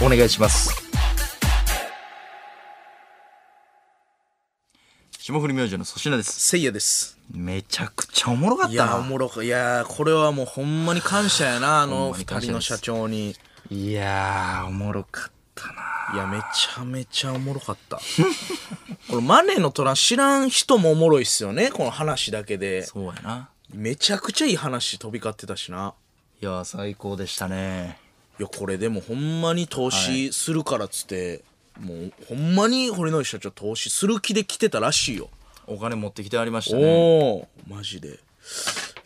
Speaker 1: お願いします霜降り明星の粗品です
Speaker 2: せいやです。
Speaker 1: めちゃくちゃおもろかっ
Speaker 2: い
Speaker 1: た
Speaker 2: や、お
Speaker 1: な
Speaker 2: もろか。いやー、これはもうほんまに感謝やな、あの
Speaker 1: まに
Speaker 2: 二
Speaker 1: 感謝です
Speaker 2: 人の社長に。
Speaker 1: いやーおもろかったない
Speaker 2: や、めちゃめちゃおもろかった。これ、マネーの虎知らん人もおもろいっすよね、この話だけで。
Speaker 1: そうやな
Speaker 2: めちゃくちゃいい話飛び交ってたしな。
Speaker 1: いやー最高でしたね
Speaker 2: いや、これでもほんまに投資するからっつって、もうほんまに堀之内社長投資する気で来てたらしいよ。
Speaker 1: お金持ってきてありましたね
Speaker 2: おおマジで、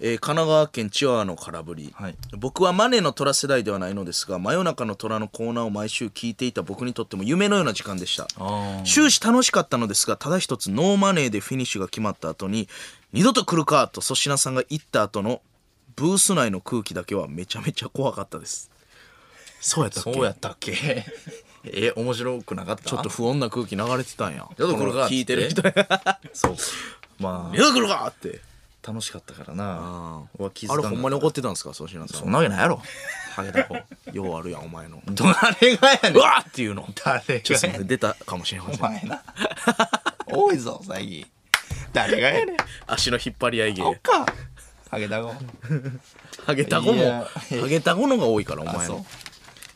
Speaker 2: えー神奈川県千和の空振り、
Speaker 1: はい
Speaker 2: 僕はマネの虎世代ではないのですが真夜中の虎のコーナーを毎週聞いていた僕にとっても夢のような時間でした
Speaker 1: あー
Speaker 2: 終始楽しかったのですがただ一つノーマネーでフィニッシュが決まった後に二度と来るかと粗品さんが言った後のブース内の空気だけはめちゃめちゃ怖かったですそうやったっけ
Speaker 1: そうやったっけ [LAUGHS] え面白くなかった
Speaker 2: ちょっと不穏な空気流れてたんや
Speaker 1: 二度と来るかっつって
Speaker 2: 聞いてる人や
Speaker 1: そうま
Speaker 2: 二度と来るかって
Speaker 1: あ楽しかったからなうわ気づ
Speaker 2: あ
Speaker 1: かんかっ
Speaker 2: れほ
Speaker 1: た
Speaker 2: んまに怒ってたんですか粗品さん
Speaker 1: そんなわけないやろハゲた子
Speaker 2: ようあるやんお前の
Speaker 1: どれがやねん
Speaker 2: うわーっていうの
Speaker 1: 誰が
Speaker 2: ちょっとすいません出たかもしれませ
Speaker 1: お
Speaker 2: ん
Speaker 1: 前な多いぞ最近誰がやねん
Speaker 2: 足の引っ張り合い芸
Speaker 1: そっかハゲタゴ
Speaker 2: ハゲタゴ
Speaker 1: い
Speaker 2: も
Speaker 1: や
Speaker 2: ハゲタゴのが多いからお前
Speaker 1: そう
Speaker 2: の、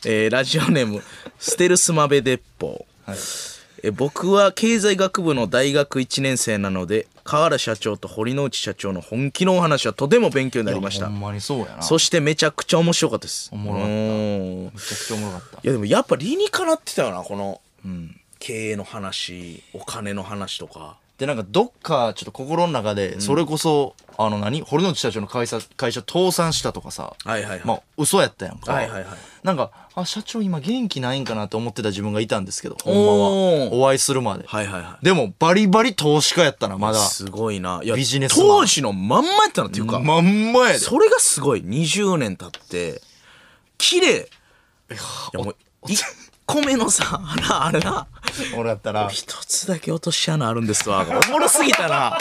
Speaker 2: えーラジオネームステルスマベ鉄砲、えー僕は経済学部の大学1年生なので河原社長と堀之内社長の本気のお話はとても勉強になりました
Speaker 1: ほんまにそうやな
Speaker 2: そしてめちゃくちゃ面白かったですお
Speaker 1: もろかった
Speaker 2: い
Speaker 1: めちゃくちゃおもろかった
Speaker 2: やでもやっぱ理にかなってたよなこの、経営の話お金の話とか
Speaker 1: でなんかどっかちょっと心の中でそれこそ、あの何堀之内社長の会社会社倒産したとかさ、
Speaker 2: はいはいはい
Speaker 1: まあ嘘やったやんか、
Speaker 2: はいはいはい
Speaker 1: なんかあ社長今元気ないんかなって思ってた自分がいたんですけどほんま
Speaker 2: おー
Speaker 1: はお会いするまで、
Speaker 2: はいはいはい
Speaker 1: でもバリバリ投資家やったなまだ
Speaker 2: すごいないや
Speaker 1: ビジネスマン
Speaker 2: 当時のまんまやったなっていうか、
Speaker 1: まんまやで
Speaker 2: それがすごい20年経って綺麗いやもう1個目のさあなあれな
Speaker 1: 俺やったら
Speaker 2: 一つだけ落とし穴あるんですわおもろすぎたな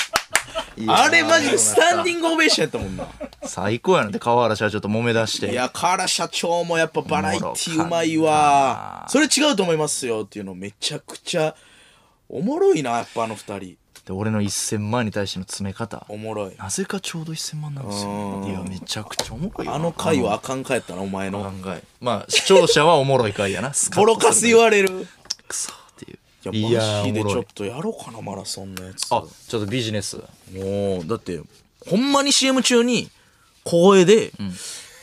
Speaker 2: あれマジでスタンディングオベーションやったもんな
Speaker 1: 最高やなって川原社長と揉め出して
Speaker 2: いや、河原社長もやっぱバラエティうまいわ。それ違うと思いますよっていうのめちゃくちゃおもろいな、やっぱあの二人。
Speaker 1: で俺の1000万に対しての詰め方
Speaker 2: おもろい。
Speaker 1: なぜかちょうど1000万なんですよねいやめちゃくちゃおもろいよ
Speaker 2: あの回はあかんかやったな、お前の。
Speaker 1: 考えまあ視聴者はおもろい回や [LAUGHS] な
Speaker 2: ボロカス言われる。
Speaker 1: くそっていう
Speaker 2: いや、マジで
Speaker 1: おも
Speaker 2: ち
Speaker 1: ろ
Speaker 2: ょっ
Speaker 1: い
Speaker 2: とやろうかな、マラソンのやつ。
Speaker 1: あちょっとビジネス
Speaker 2: もうだってほんまに CM 中に小声で、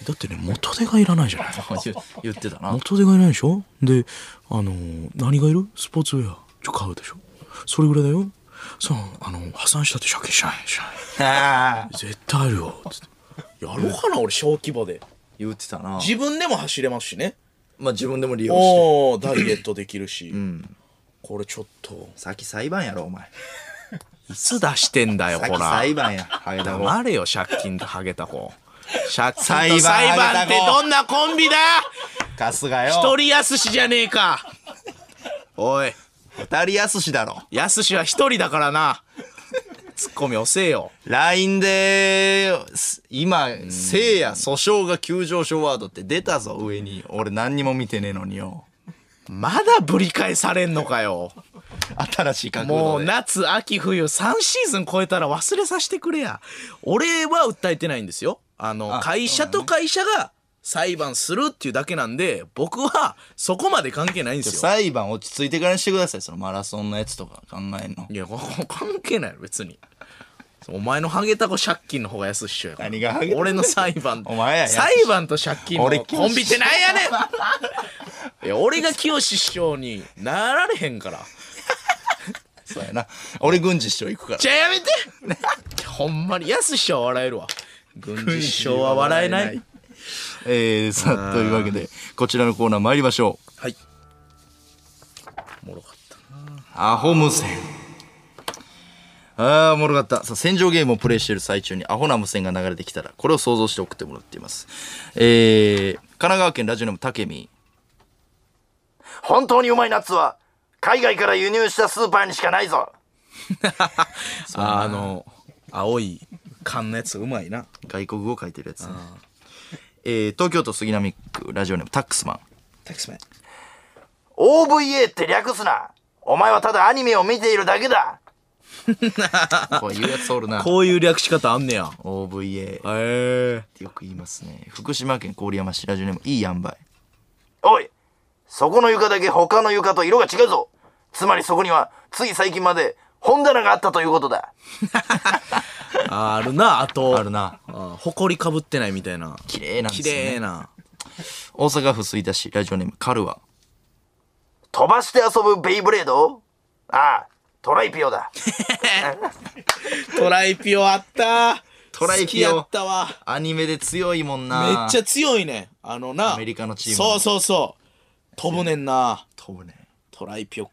Speaker 2: だってね元手がいらないじゃないですか
Speaker 1: 言 [LAUGHS] 言ってた [LAUGHS] な
Speaker 2: 元手がいないでしょであのー何がいるスポーツウェアちょ買うでしょそれぐらいだよそうあの破産したって借金しないしない絶対あるよつってやろうかな俺小規模で
Speaker 1: 言ってたな
Speaker 2: 自分でも走れますしね
Speaker 1: まあ自分でも利用して
Speaker 2: おおーダイエットできるし、これちょっと
Speaker 1: さっき裁判やろお前
Speaker 2: いつ出してんだよ
Speaker 1: さっき裁判やハゲダゴ
Speaker 2: 黙れよ借金とハゲた [LAUGHS] 子借
Speaker 1: 裁
Speaker 2: 金
Speaker 1: 判
Speaker 2: と裁判ってどんなコンビ [LAUGHS] だ
Speaker 1: 春日
Speaker 2: 一
Speaker 1: よ
Speaker 2: 人やすしじゃねえかおい
Speaker 1: 二人やすしだろ
Speaker 2: やすしは一人だからなツッコミ押せよ
Speaker 1: LINE です今せいや訴訟が急上昇ワードって出たぞ上に俺何にも見てねえのによ
Speaker 2: まだぶり返されんのかよ
Speaker 1: 新しい角度で
Speaker 2: もう夏秋冬3シーズン超えたら忘れさせてくれや俺は訴えてないんですよあの会社と会社が裁判するっていうだけなんで僕はそこまで関係ないんですよ
Speaker 1: 裁判落ち着いてからにしてくださいそのマラソンのやつとか考えんの
Speaker 2: いや、 [LAUGHS] ここ関係ないよ、別に。お前のハゲタコ借金の方が安っしょやから
Speaker 1: 何がハゲタコ
Speaker 2: 俺の裁判。
Speaker 1: お前や安っしょ
Speaker 2: 裁判と借金の
Speaker 1: 俺
Speaker 2: コンビってなんやねん [LAUGHS] いや、俺が清志師匠になられへんから。
Speaker 1: そうやな俺軍事師匠行くから
Speaker 2: じゃあやめて [LAUGHS] ほんまに、安師匠は笑えるわ。軍事師匠は笑えない。
Speaker 1: えー、さあというわけでこちらのコーナー参りましょう
Speaker 2: はい。おもろかったな。
Speaker 1: アホ無線ああ、おもろかった。さあ、戦場ゲームをプレイしている最中にアホな無線が流れてきたら、これを想像して送ってもらっています。えー、神奈川県ラジオネームたけみ。本当にうまいナッツは、海外から輸入したスーパーにしかないぞ
Speaker 2: ああの、青い缶のやつうまいな。
Speaker 1: 外国語書いてるやつ、ね。えー、東京都杉並区ラジオネームタックスマン。
Speaker 2: タックスマン。
Speaker 1: OVA って略すなお前はただアニメを見ているだけだ [LAUGHS] こういうやつおるな。
Speaker 2: こういう略し方あんねや。
Speaker 1: OVA。
Speaker 2: へえ。
Speaker 1: よく言いますね福島県郡山市ラジオネームいいやんばいおいそこの床だけ他の床と色が違うぞつまりそこにはつい最近まで本棚があったということだ
Speaker 2: あるな、あと。
Speaker 1: あるな
Speaker 2: あ。ほこりかぶってないみたいな。
Speaker 1: 綺麗なんです
Speaker 2: 綺
Speaker 1: よね
Speaker 2: 麗な。
Speaker 1: 大阪府吹田市ラジオネームカルワ
Speaker 4: 飛ばして遊ぶベイブレードああ、トライピオだ。
Speaker 2: トライピオあった。
Speaker 1: トライピオ
Speaker 2: 好きやったわ。
Speaker 1: アニメで強いもん
Speaker 2: めっ
Speaker 1: な
Speaker 2: ちゃ強いね。あのな。
Speaker 1: アメリカのチーム
Speaker 2: そうそうそう。飛ぶねんな。
Speaker 1: 飛ぶね
Speaker 2: トライピオ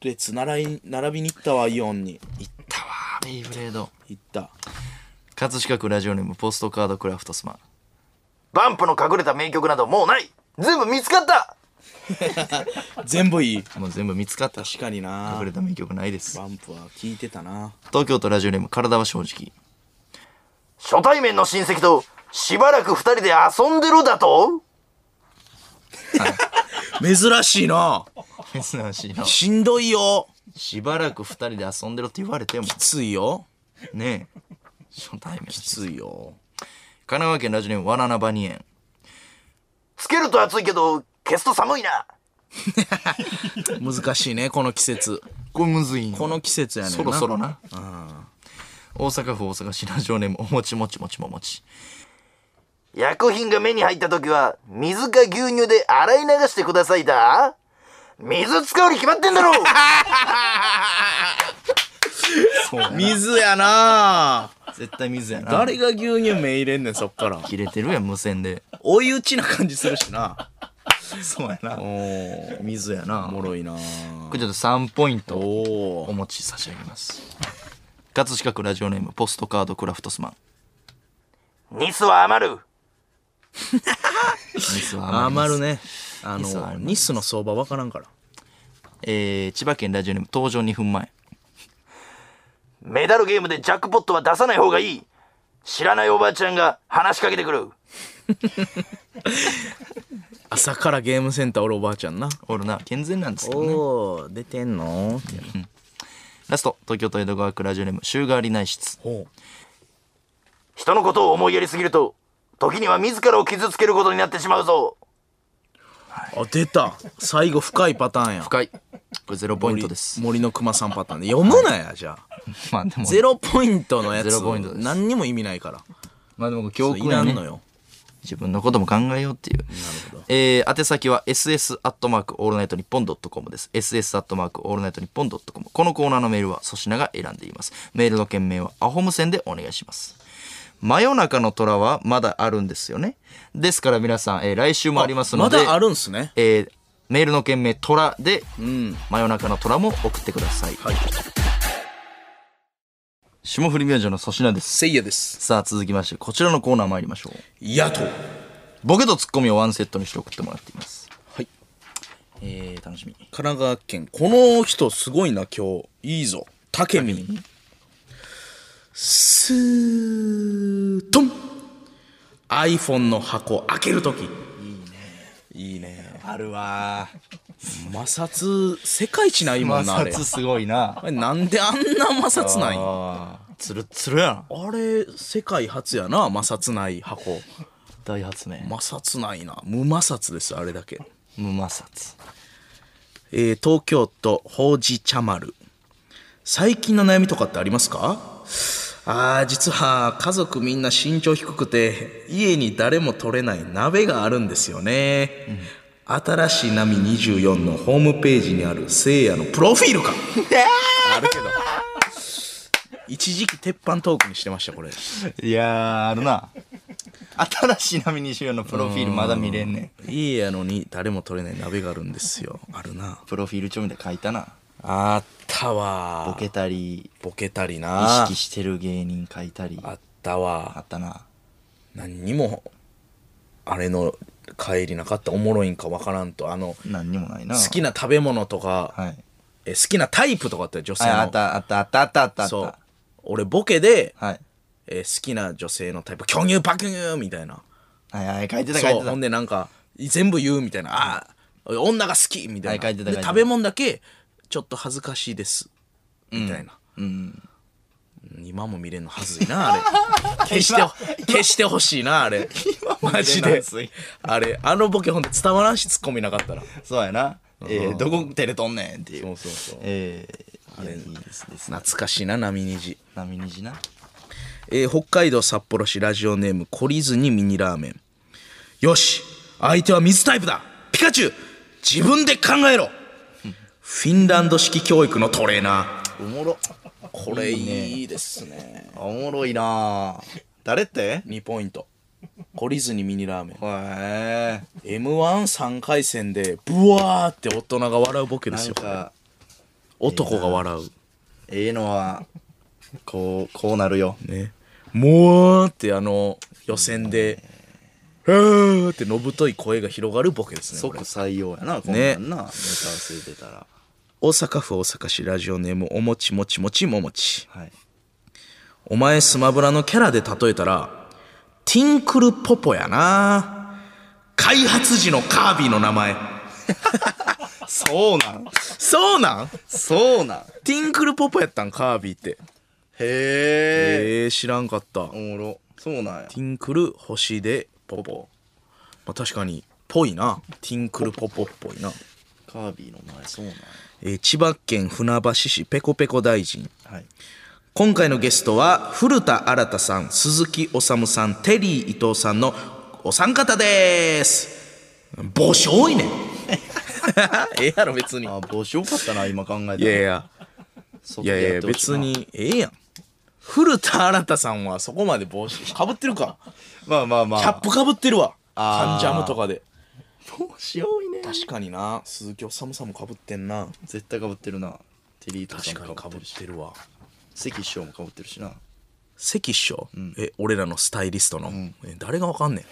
Speaker 2: 列並い並びに行ったわ、イオンに。
Speaker 1: いったわベイブレード
Speaker 2: 行った。
Speaker 1: 葛飾区ラジオネームポストカードクラフトスマン
Speaker 4: バンプの隠れた名曲などもうない全部見つかった
Speaker 2: 全部いい。
Speaker 1: もう全部見つかったし
Speaker 2: 確かにな
Speaker 1: 隠。れた名曲ないです
Speaker 2: バンプは聞いてたな。
Speaker 1: 東京都ラジオネーム体は正直
Speaker 4: 初対面の親戚としばらく二人で遊んでるだと
Speaker 2: 珍しいな。
Speaker 1: 珍しいな
Speaker 2: しんどいよ。
Speaker 1: しばらく二人で遊んでろって言われても
Speaker 2: きついよ。
Speaker 1: ねえ初対面
Speaker 2: きついよ。
Speaker 1: 神奈川県ラジオネームわななばにえん
Speaker 4: つけると暑いけど、消すと寒いな。
Speaker 2: 難しいね、この季節。
Speaker 1: これむずいんよ
Speaker 2: この季節やねんな。
Speaker 1: そろそろな大阪府大阪市ラジオネームおもちもちもちももち
Speaker 4: 薬品が目に入った時は、水か牛乳で洗い流してくださいだ水使うに決まってんだろ
Speaker 1: そうやな
Speaker 2: 水やな
Speaker 1: 絶対水やな
Speaker 2: 誰が牛乳目入れんねん、そっから。
Speaker 1: 切れてるやん無線で
Speaker 2: [LAUGHS] 追い打ちな感じするしな。
Speaker 1: そうやな
Speaker 2: おー、
Speaker 1: 水やな
Speaker 2: おも
Speaker 1: こ
Speaker 2: ろいな
Speaker 1: れちょっと3ポイント
Speaker 2: お
Speaker 1: お
Speaker 2: ー。
Speaker 1: 持ち差し上げます葛飾区ラジオネームポストカードクラフトスマン
Speaker 4: ニスは余る
Speaker 1: [LAUGHS] ミスは
Speaker 2: あ
Speaker 1: 余ります
Speaker 2: まるね。あ
Speaker 1: ニスはあ
Speaker 2: の、
Speaker 1: ります
Speaker 2: ニスの相場わからんから。
Speaker 1: えー千葉県ラジオネーム登場2分前
Speaker 4: メダルゲームでジャックポットは出さない方がいい知らないおばあちゃんが話しかけてくる
Speaker 2: 朝からゲームセンターおるおばあちゃんな。
Speaker 1: おるな健全なんですけどね
Speaker 2: おー、出てんのって
Speaker 1: ラスト東京都江戸川区ラジオネーム週替わり内室
Speaker 2: ほ
Speaker 4: 人のことを思いやりすぎると時には自らを傷つけることになってしまうぞ
Speaker 2: う。あ、出た。最後深いパターンや。
Speaker 1: 深いこれゼロポイントです
Speaker 2: 森森の熊さんパターンで。読むなや、じゃあ。
Speaker 1: まあでも
Speaker 2: ゼロポイントのやつ。
Speaker 1: ゼロポイントです
Speaker 2: 何にも意味ないから。
Speaker 1: まあでも教
Speaker 2: い
Speaker 1: 訓
Speaker 2: ら
Speaker 1: や
Speaker 2: ん
Speaker 1: ね
Speaker 2: のよ。
Speaker 1: 自分のことも考えようっていうえー、宛先は ss アットマークオールナイトニッポンドットコムです ss アットマークオールナイトニッポンドットコムこのコーナーのメールは粗品が選んでいますメールの件名はアホ無線でお願いします真夜中の虎はまだあるんですよねですから皆さん、えー来週もありますので
Speaker 2: まだあるんすね。
Speaker 1: えーメールの件名「虎」で、真夜中の虎」も送ってください、
Speaker 2: はい。
Speaker 1: 霜降り明星の粗品です
Speaker 2: せいやです。
Speaker 1: さあ続きましてこちらのコーナー参りましょう
Speaker 2: 野党。
Speaker 1: ボケとツッコミをワンセットにして送ってもらっています
Speaker 2: はい。
Speaker 1: えー、楽しみ
Speaker 2: 神奈川県この人すごいな今日いいぞタケミンスートン iPhone の箱開けるときいいねいいね
Speaker 1: あるわ
Speaker 2: 摩擦世界一ないも
Speaker 1: 摩
Speaker 2: んなあれ
Speaker 1: 擦すごいな
Speaker 2: あれなんであんな摩擦ないあ
Speaker 1: あーつるっつるやん
Speaker 2: れ世界初やな摩擦ない箱
Speaker 1: 大発明
Speaker 2: 摩擦ないな無摩擦ですあれだけ
Speaker 1: 無摩擦
Speaker 2: えー東京都ほうじ茶丸最近の悩みとかってありますかあー実は家族みんな身長低くて家に誰も取れない鍋があるんですよね、新しい波24のホームページにあるせいやのプロフィールかあるけど一時期鉄板トークにしてましたこれ
Speaker 1: いやーあるな新しい波24のプロフィールまだ見れんねん
Speaker 2: 家やのに誰も取れない鍋があるんですよあるな
Speaker 1: プロフィール帳みたいな書いたな
Speaker 2: あったわ
Speaker 1: ボケたり
Speaker 2: ボケたり
Speaker 1: 意
Speaker 2: な
Speaker 1: 識してる芸人書いたり
Speaker 2: ったわ
Speaker 1: あったな
Speaker 2: 何にもあれの帰りなかったおもろいんかわからんとあの
Speaker 1: 何にもないな
Speaker 2: 好きな食べ物とか、
Speaker 1: はい
Speaker 2: え好きなタイプとかって女性の
Speaker 1: ああったあったあったあったあったあった
Speaker 2: そう俺ボケで、
Speaker 1: はい
Speaker 2: え好きな女性のタイプ巨乳パク乳みたいな
Speaker 1: はいはい書いてた書い
Speaker 2: そう
Speaker 1: てた
Speaker 2: ほんでなんか全部言うみたいなあー女が好きみたいな、
Speaker 1: はい書いてた書いて
Speaker 2: で
Speaker 1: た
Speaker 2: 食べ物だけちょっと恥ずかしいですみたいな、今も見れんのはずいなあれ [LAUGHS] 消して消してほしいなあれマジ
Speaker 1: 見れんのは
Speaker 2: で
Speaker 1: ずい
Speaker 2: あれあのボケほんで伝わらんしツッコミなかったら
Speaker 1: そうやな、えー、どこ照れとんねんっていう
Speaker 2: そうそうそう
Speaker 1: えー、あれいいですです
Speaker 2: 懐かしいな波虹、
Speaker 1: 波虹な
Speaker 2: えー北海道札幌市ラジオネーム懲りずにミニラーメンよし相手は水タイプだピカチュウ自分で考えろフィンランド式教育のトレーナ
Speaker 1: おもろ
Speaker 2: ーこれいいですね
Speaker 1: おもろいな誰って
Speaker 2: 2ポイント懲りずにミニラーメン
Speaker 1: へえ
Speaker 2: m 1三回戦でブワーって大人が笑うボケで
Speaker 1: な
Speaker 2: す
Speaker 1: ん
Speaker 2: よこれ
Speaker 1: か
Speaker 2: 男が笑う
Speaker 1: ええのはこうこうなるよ
Speaker 2: ねもうってあの予選で「へー」ってのぶとい声が広がるボケですねこ
Speaker 1: 即
Speaker 2: れ
Speaker 1: 採用やなこんなんな、ネタ忘れてたら
Speaker 2: 大阪府大阪市ラジオネームおもちもちもちももち
Speaker 1: はい
Speaker 2: お前スマブラのキャラで例えたらティンクルポポやな開発時のカービィの名前
Speaker 1: そうなん
Speaker 2: そうなん
Speaker 1: そうなん
Speaker 2: ティンクルポポやったんカービィって
Speaker 1: へえ
Speaker 2: ええー、知らんかった
Speaker 1: おもろそうなんや
Speaker 2: ティンクル星でポポまあ、確かにぽいなティンクルポポっぽいな、
Speaker 1: カービィの前そうなんや
Speaker 2: えー千葉県船橋市ペコペコ大臣
Speaker 1: はい
Speaker 2: 今回のゲストは古田新太さん鈴木おさむさんテリー伊藤さんのお三方です帽子
Speaker 1: [LAUGHS]
Speaker 2: 多いねんええやろ別に
Speaker 1: あ帽子よかったな今考えたら
Speaker 2: いやいや
Speaker 1: 外
Speaker 2: いや
Speaker 1: で
Speaker 2: い
Speaker 1: や
Speaker 2: や
Speaker 1: ってほしい
Speaker 2: 別
Speaker 1: な
Speaker 2: にええやん古田新太さんはそこまで帽子かぶってるか
Speaker 1: まあまあまあ
Speaker 2: キャップかぶってるわ
Speaker 1: あ
Speaker 2: カ
Speaker 1: ー
Speaker 2: ンジャムとかで
Speaker 1: 帽子多いね
Speaker 2: 確かにな鈴木おさむさんもかぶってんな
Speaker 1: 絶対かぶってるなテリーとか
Speaker 2: 確か
Speaker 1: も
Speaker 2: に
Speaker 1: か
Speaker 2: か
Speaker 1: ぶ
Speaker 2: ぶ
Speaker 1: っ
Speaker 2: って
Speaker 1: るして
Speaker 2: るわ
Speaker 1: 関師匠もかぶってるしな
Speaker 2: 関師匠、え俺らのスタイリストの、え誰がわかんね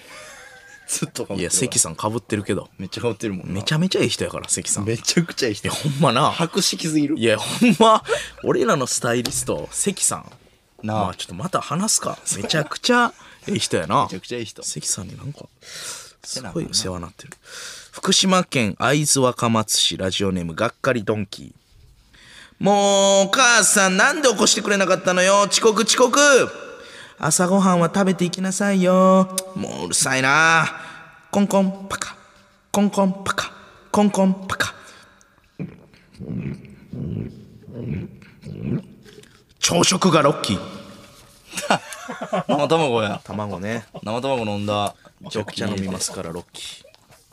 Speaker 1: ずっとかぶってるわ
Speaker 2: んいや関さんかぶってるけど
Speaker 1: めっちゃかぶってるもんな
Speaker 2: めちゃめちゃいい人やから関さんい
Speaker 1: めちゃくちゃいい人
Speaker 2: やほんまな
Speaker 1: 白色すぎる
Speaker 2: いやほんま俺らのスタイリスト関さん
Speaker 1: なあ
Speaker 2: まあちょっとまた話すかめちゃくちゃいい人やな
Speaker 1: めちゃくちゃいい人
Speaker 2: 関さんになんかす
Speaker 1: なんか
Speaker 2: ごい世話になってる福島県会津若松市ラジオネームがっかりドンキーもうお母さんなんで起こしてくれなかったのよ遅刻遅刻朝ごはんは食べていきなさいよもううるさいなコンコンパカコンコンパカコンコンパカ朝食がロッキー
Speaker 1: 生卵や
Speaker 2: 卵ね
Speaker 1: 生卵飲んだ
Speaker 2: めちゃくちゃ飲みますすからロッキー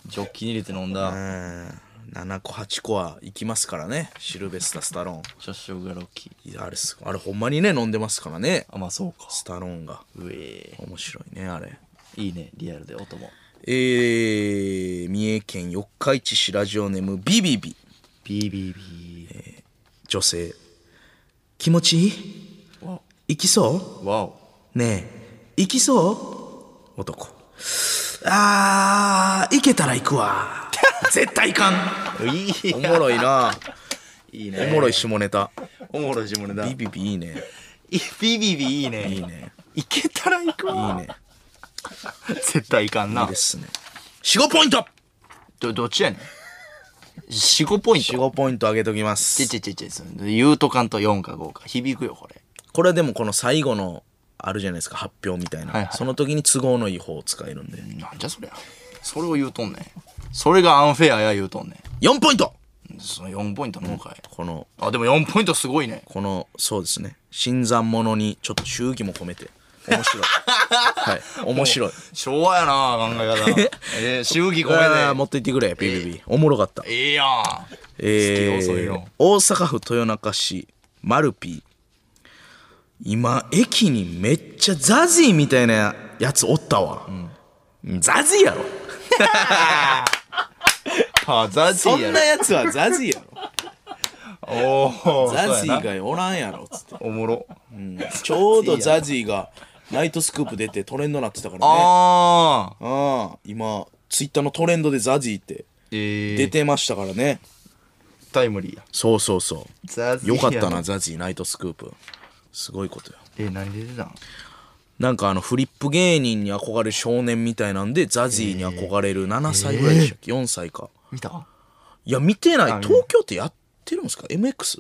Speaker 1: ジョッキに入れて飲んだ
Speaker 2: うん7個8個はいきますからねシルベスタ・スタローン
Speaker 1: シャッショウがロッキー
Speaker 2: いやあれすごいあれほんまにね飲んでますからね
Speaker 1: あまあそうか
Speaker 2: スタローンが
Speaker 1: うえ
Speaker 2: 面白いねあれ
Speaker 1: いいねリアルで音も
Speaker 2: えー、三重県四日市市ラジオネームビビビ
Speaker 1: ビービービー
Speaker 2: 女性気持ちい
Speaker 1: わ
Speaker 2: い行きそう
Speaker 1: おわお
Speaker 2: ねえ行きそう男あー行けたら行くわ
Speaker 1: [LAUGHS]
Speaker 2: 絶対行かん
Speaker 1: いい
Speaker 2: おもろいな、
Speaker 1: いい
Speaker 2: お
Speaker 1: ね
Speaker 2: もろい下ネタ
Speaker 1: おもろいしもねだ
Speaker 2: ビビビいいね
Speaker 1: いビビビいいね
Speaker 2: いいね
Speaker 1: いけたら行く
Speaker 2: いい
Speaker 1: わ
Speaker 2: ね
Speaker 1: 絶対いかん
Speaker 2: いい
Speaker 1: な
Speaker 2: ですね45ポイント
Speaker 1: どどっちやねん45ポイント
Speaker 2: 45ポイント上げときま
Speaker 1: ち
Speaker 2: す
Speaker 1: ちちちその言うとかんと4か5か響くよこれ
Speaker 2: これはでもこの最後のあるじゃないですか発表みたいな、
Speaker 1: はいはい
Speaker 2: その時に都合のいい方を使えるんで
Speaker 1: なんじゃそりゃそれを言うとんねんそれがアンフェアや言うとんね
Speaker 2: 4ポイント
Speaker 1: んその4ポイントの方かい
Speaker 2: この
Speaker 1: あでも4ポイントすごいね
Speaker 2: このそうですね新参者にちょっと祝儀も込めて面
Speaker 1: [LAUGHS]
Speaker 2: 白いはい面白い
Speaker 1: 昭和やな考
Speaker 2: [LAUGHS]
Speaker 1: え方えー、祝儀ごめんね
Speaker 2: あー持っていってくれビビビ、おもろかった
Speaker 1: ええやん
Speaker 2: え
Speaker 1: 好きよそういう
Speaker 2: ー
Speaker 1: の、
Speaker 2: 大阪府豊中市マルピー今駅にめっちゃザジーみたいなやつおったわ、ザジーやろ
Speaker 1: あザジ
Speaker 2: そ
Speaker 1: ーや
Speaker 2: んな
Speaker 1: ろ
Speaker 2: やつはザジーや [LAUGHS]
Speaker 1: おお
Speaker 2: ろザジー
Speaker 1: が
Speaker 2: がおらんやろつって
Speaker 1: おもろ
Speaker 2: ちょうどザジーがナイトスクープ出てトレンドなってたからね
Speaker 1: ああ
Speaker 2: あ今ツイッターのトレンドでザジーって
Speaker 1: ええ
Speaker 2: 出てましたからね、
Speaker 1: タイムリーや
Speaker 2: そうそうそ
Speaker 1: ザジ
Speaker 2: う
Speaker 1: ー
Speaker 2: よ
Speaker 1: や
Speaker 2: かったなザジーナイトスクープすごいことよ
Speaker 1: えー、何出てたん
Speaker 2: なんかあのフリップ芸人に憧れる少年みたいなんでザジーに憧れる7歳ぐらいでしたっけ、4歳か
Speaker 1: 見た
Speaker 2: いや見てない
Speaker 1: あ見ない
Speaker 2: 東京ってやってるんですか MX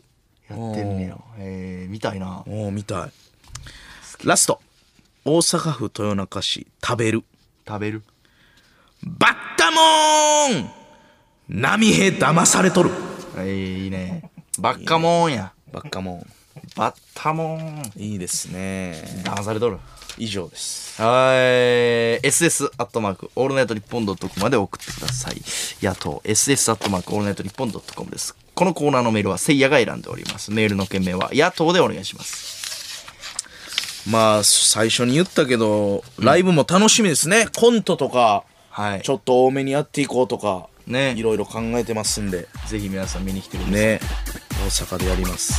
Speaker 1: やってんねやえー、見たいな
Speaker 2: おお見たいラスト大阪府豊中市食べる
Speaker 1: 食べる
Speaker 2: バッタモーン波平騙されとる
Speaker 1: えー、いいね [LAUGHS] バッカモンや
Speaker 2: バッカモ
Speaker 1: バッタモン
Speaker 2: ンいいですね
Speaker 1: 騙されとる
Speaker 2: 以上です
Speaker 1: はい。ss アットマークオールナイトニッポンドットコムまで送ってください。野党 ss アットマークオールナイトニッポンドットコムです。このコーナーのメールはせいやが選んでおります。メールの件名は野党でお願いします。
Speaker 2: まあ最初に言ったけどライブも楽しみですね、コントとか
Speaker 1: はい。
Speaker 2: ちょっと多めにやっていこうとか
Speaker 1: ね
Speaker 2: いろいろ考えてますんで
Speaker 1: ぜひ皆さん見に来てください。
Speaker 2: ね大阪でやります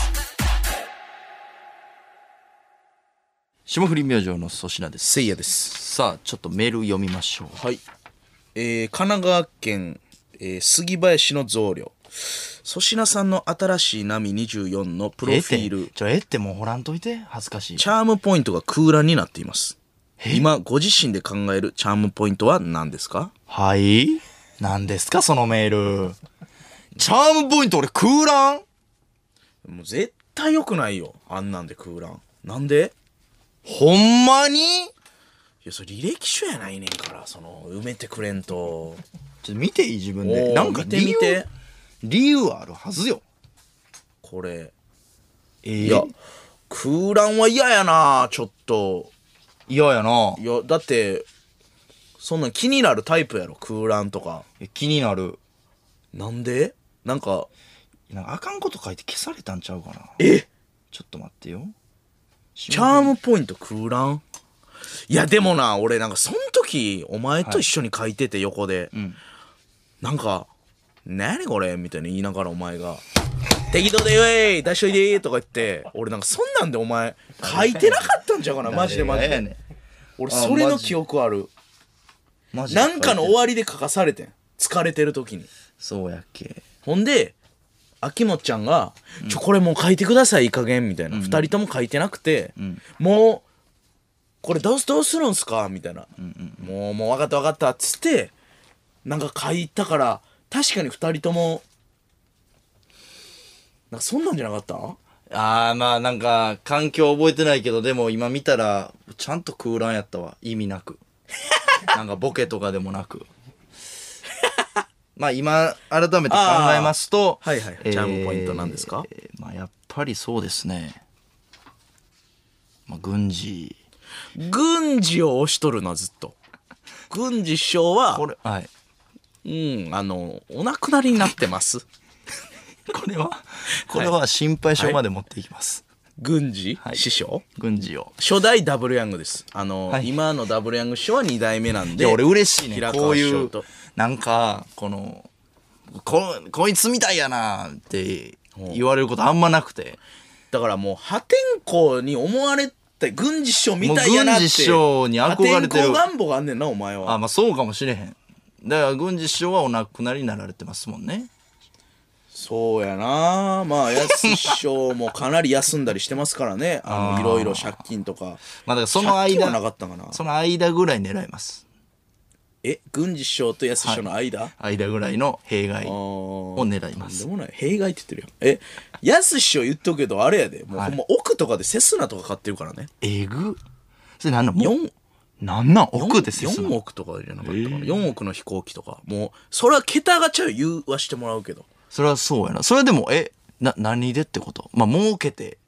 Speaker 1: 霜降り明星の粗品です。
Speaker 2: せいやです
Speaker 1: さあ、ちょっとメール読みましょう。
Speaker 2: はい、えー、神奈川県、えー杉林の増量粗品さんの新しい波24のプロフィー
Speaker 1: ええっ
Speaker 2: ル
Speaker 1: てちょ、ええってもうほらんといて。恥ずかしい。
Speaker 2: チャームポイントが空欄になっています今ご自身で考えるチャームポイントは何ですか
Speaker 1: はい何ですか、そのメール。チャームポイント俺空欄
Speaker 2: もう絶対良くないよあんなんで空欄なんで
Speaker 1: ほんまに
Speaker 2: いやそれ履歴書やないねんからその埋めてくれんと
Speaker 1: ちょっと見ていい自分
Speaker 2: お
Speaker 1: で。
Speaker 2: ー
Speaker 1: なんか
Speaker 2: 見て見
Speaker 1: 理由
Speaker 2: て
Speaker 1: 理由はあるはずよ。
Speaker 2: これ
Speaker 1: い
Speaker 2: いや空欄は嫌やなちょっと。
Speaker 1: 嫌やない
Speaker 2: やだってそんなん気になるタイプやろ空欄とか
Speaker 1: 気になる。
Speaker 2: なんでなんか
Speaker 1: なんかあかんこと書いて消されたんちゃうかな。
Speaker 2: え
Speaker 1: ちょっと待ってよ。
Speaker 2: チャームポイント食らんいやでもな俺なんかそん時お前と一緒に書いてて横で、なんか「何これ?」みたいに言いながらお前が「適当で言え出しといて」とか言って俺なんかそんなんでお前書いてなかったんちゃうかなマジでマジ
Speaker 1: 誰がや
Speaker 2: で
Speaker 1: ねん
Speaker 2: 俺それの記憶ある
Speaker 1: マジで
Speaker 2: なんかの終わりで書かされてん疲れてる時に
Speaker 1: そうやっけ。
Speaker 2: ほんで、秋元ちゃんが、ちょ、これもう書いてください、いい加減、みたいな。二、人とも書いてなくて、もう、これどうす、どうするんすかみたいな。もう、もう分かった分かった、っつって、なんか書いたから、確かに二人とも、なんかそんなんじゃなかった
Speaker 1: ああ、まあなんか、環境覚えてないけど、でも今見たら、ちゃんと空欄やったわ。意味な
Speaker 2: [LAUGHS]
Speaker 1: く。なんかボケとかでもなく。まあ今、改めて考えますと、
Speaker 2: あーはいはい
Speaker 1: え
Speaker 2: チャームポイント何ですか
Speaker 1: まあやっぱりそうですね。まあ軍事。
Speaker 2: 軍事を押しとるな、ずっと。軍事首相は、
Speaker 1: これ、
Speaker 2: [LAUGHS]
Speaker 1: はい。
Speaker 2: うん、あの、お亡くなりになって [LAUGHS] ます。
Speaker 1: これは、これは心配性まで持っていきます。
Speaker 2: 軍事、
Speaker 1: い
Speaker 2: 師匠
Speaker 1: 軍事を。
Speaker 2: 初代ダブルヤングです。あの、
Speaker 1: はい
Speaker 2: 今のダブルヤング師匠は2代目なん
Speaker 1: い
Speaker 2: で。
Speaker 1: や、俺嬉しいね。
Speaker 2: 平川
Speaker 1: こうい
Speaker 2: 師匠
Speaker 1: う
Speaker 2: と、
Speaker 1: なんか、この、こ、こいつみたいやなって言われることあんまなくて。
Speaker 2: だからもう破天荒に思われて、軍事師匠みたいやな
Speaker 1: も
Speaker 2: っ
Speaker 1: う軍
Speaker 2: て。
Speaker 1: 事師匠に憧れてる
Speaker 2: 破天荒願望があんねんな、お前
Speaker 1: あ、
Speaker 2: は。
Speaker 1: まあそうかもしれへん。だから、軍事首相はお亡くなりになられてますもんね。
Speaker 2: そうやなまあ、やす師匠もかなり休んだりしてますか
Speaker 1: [LAUGHS]
Speaker 2: らね。あの、いろいろ借金とか。
Speaker 1: まあだからその
Speaker 2: 借金は
Speaker 1: 間、
Speaker 2: なかったかな。
Speaker 1: その間ぐらい狙います。
Speaker 2: え、軍事師匠とやす師匠の間、
Speaker 1: 間ぐらいの弊害を
Speaker 2: を
Speaker 1: 狙いま。
Speaker 2: なんですもない。弊害って言ってるよ。え、やす師匠言っとくけど、あれやで。もうほんま奥とかでセスナとか買ってるからね。
Speaker 1: えぐ。それなんなんもう
Speaker 2: 4、
Speaker 1: なんなん奥ですよ。そんな
Speaker 2: 4億とかじゃなかったかな、4億の飛行機とかもうそれは桁がちゃう言わしてもらうけど
Speaker 1: それはそうやな。それでも、え、な、何でってことまあ儲けて。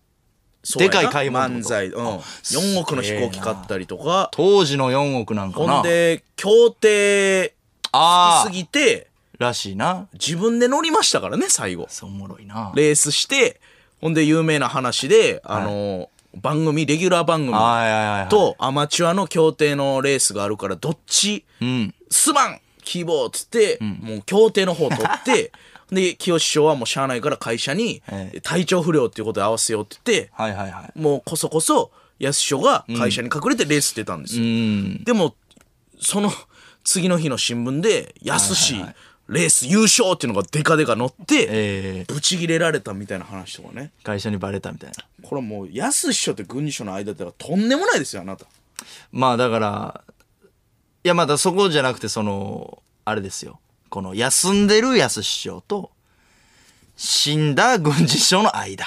Speaker 2: そうやな
Speaker 1: でかい買い物って
Speaker 2: 漫
Speaker 1: こと
Speaker 2: 才、うん、4億の飛行機買ったりとか
Speaker 1: 当時の4億なんかな。
Speaker 2: ほんで協定
Speaker 1: ああ
Speaker 2: しす、ぎて
Speaker 1: らしいな。
Speaker 2: 自分で乗りましたからね最後
Speaker 1: そうおもろいな。
Speaker 2: レースしてほんで有名な話であのー、番組レギュラー番組
Speaker 1: はいはいはいはい
Speaker 2: とアマチュアの協定のレースがあるからどっち、
Speaker 1: うん。
Speaker 2: すまん希望っつって、もう協定の方取って
Speaker 1: [LAUGHS]
Speaker 2: で清志師匠はもうしゃあないから会社に
Speaker 1: ええ
Speaker 2: 体調不良っていうことで合わせようって言って、
Speaker 1: はいはいはい。
Speaker 2: もうこそこそ安師匠が会社に隠れてレース出たんですよ、でもその次の日の新聞で安師、レース優勝っていうのがデカデカ載って、
Speaker 1: えー、
Speaker 2: ブチギレられたみたいな話とかね
Speaker 1: 会社にバレたみたいな。
Speaker 2: これもう安師匠と軍事師匠の間ってのはとんでもないですよあなた
Speaker 1: まあだから、いやまだそこじゃなくて、その、あれですよ。この、休んでる安師匠と、死んだ軍事師匠の間。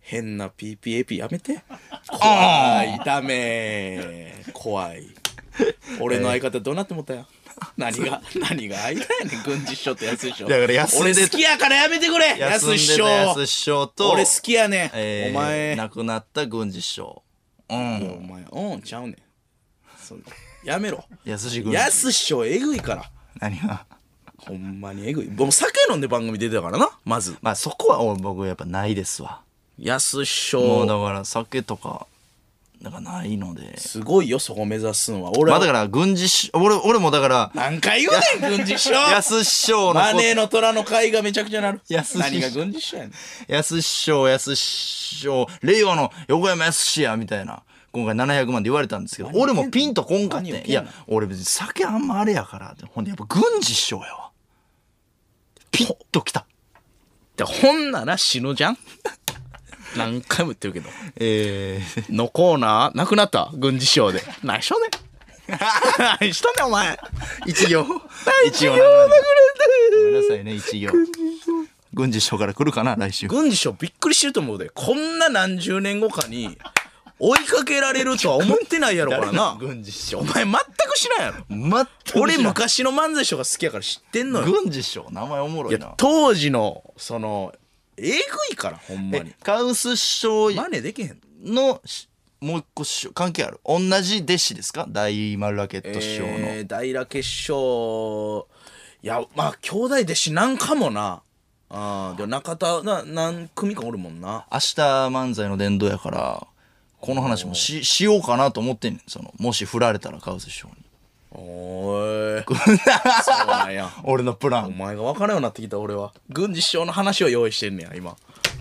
Speaker 2: 変な PPAP やめて。怖い、ダメ。怖い。俺の相方どうなってもったよ。何が、何が相方やねん、軍事師匠と安い師匠。
Speaker 1: だから安い
Speaker 2: 俺好きやからやめてくれ、
Speaker 1: 休ん
Speaker 2: 安
Speaker 1: で
Speaker 2: い師匠
Speaker 1: た。安師匠と、
Speaker 2: 俺好きやねん。
Speaker 1: えー
Speaker 2: お前、
Speaker 1: 亡くなった軍事師匠。うん。
Speaker 2: お前、うん、ちゃうねん。そんなやめろ。
Speaker 1: 安師軍
Speaker 2: 安い師匠、えぐいから。
Speaker 1: 何が。
Speaker 2: ほんまにえぐい。もう酒飲んで番組出てたからな、まず。
Speaker 1: まあそこは俺僕やっぱないですわ。
Speaker 2: 安い師
Speaker 1: もう
Speaker 2: 匠、
Speaker 1: だから酒とか、なんかないので。
Speaker 2: すごいよ、そこ目指すんは。俺
Speaker 1: まあ
Speaker 2: は
Speaker 1: だから軍事師、俺、俺もだから、
Speaker 2: 何回言うねん、軍事師匠。
Speaker 1: 安師匠の
Speaker 2: マ
Speaker 1: こ
Speaker 2: ネーの虎の会がめちゃくちゃなる。
Speaker 1: 安い
Speaker 2: 何が軍事師やねん。
Speaker 1: と、安師匠、安師匠、令和の横山安師や、みたいな。今回700万で言われたんですけど、俺もピンとこんかって
Speaker 2: 何
Speaker 1: ん。
Speaker 2: を
Speaker 1: い
Speaker 2: 言うん
Speaker 1: や
Speaker 2: の、
Speaker 1: 俺別に酒あんまあれやからって。ほんで、やっぱ軍事師匠やわ。ピッときた。
Speaker 2: で、ほんなら死ぬ
Speaker 1: [LAUGHS]
Speaker 2: じゃん何回も言ってるけど。
Speaker 1: えー、
Speaker 2: のコーナー、なくなった軍事師匠で。何しとんねん。何しとんねん、お前。
Speaker 1: [LAUGHS] [LAUGHS] 一行。一行なくなごめんなさいね、一行。軍事師匠から来るかな、来週。
Speaker 2: 軍事師匠びっくりしてると思うで。こんな何十年後かに、追いかけられるとは思ってないやろからな。
Speaker 1: 軍事師匠
Speaker 2: お。前全く知らんやろ。
Speaker 1: 全く
Speaker 2: 俺
Speaker 1: 知らん
Speaker 2: 昔の漫才師匠が好きやから知ってんのよ。
Speaker 1: 軍事師匠、名前おもろ
Speaker 2: い
Speaker 1: いな
Speaker 2: や。当時の、その、えぐいから、ほんま
Speaker 1: え
Speaker 2: に。
Speaker 1: カウス師匠
Speaker 2: マネできへん。
Speaker 1: のしもう一個師匠関係ある同じ弟子ですか大丸ラケット師匠の、
Speaker 2: えー、大羅決勝いやまあ兄弟弟子なんかもなああ、でも中田、な何組かおるもんな。
Speaker 1: 明日漫才の殿堂やから、この話もししようかなと思ってんねん。その、もし振られたらカウス師匠に。
Speaker 2: お
Speaker 1: [LAUGHS]
Speaker 2: ーい。そうなんや。
Speaker 1: 俺のプラ
Speaker 2: お
Speaker 1: ン。
Speaker 2: 前が分からんようになってきた俺は。軍事師匠の話を用意してんねや、今。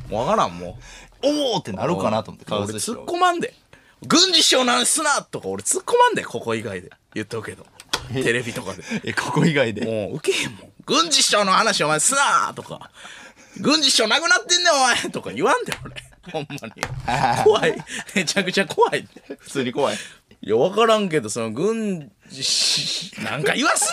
Speaker 2: もう分からん、も
Speaker 1: おおってなる
Speaker 2: う。
Speaker 1: かなと思って、
Speaker 2: 俺
Speaker 1: 川口師
Speaker 2: 突っ
Speaker 1: 匠。
Speaker 2: 込まんで。軍事師匠の話すなとか俺突っ込まんで、ここ以外で。言っとくけど。テレビとかで。
Speaker 1: え、ここ以外で。
Speaker 2: もう受けへんもん。軍事師匠の話お前すなとか。軍事師匠なくなってんねんお前とか言わんで俺。ほんまに。怖い。めちゃくちゃ怖い。
Speaker 1: 普通に怖い。
Speaker 2: いや、わからんけど、その、軍事、なんか言わす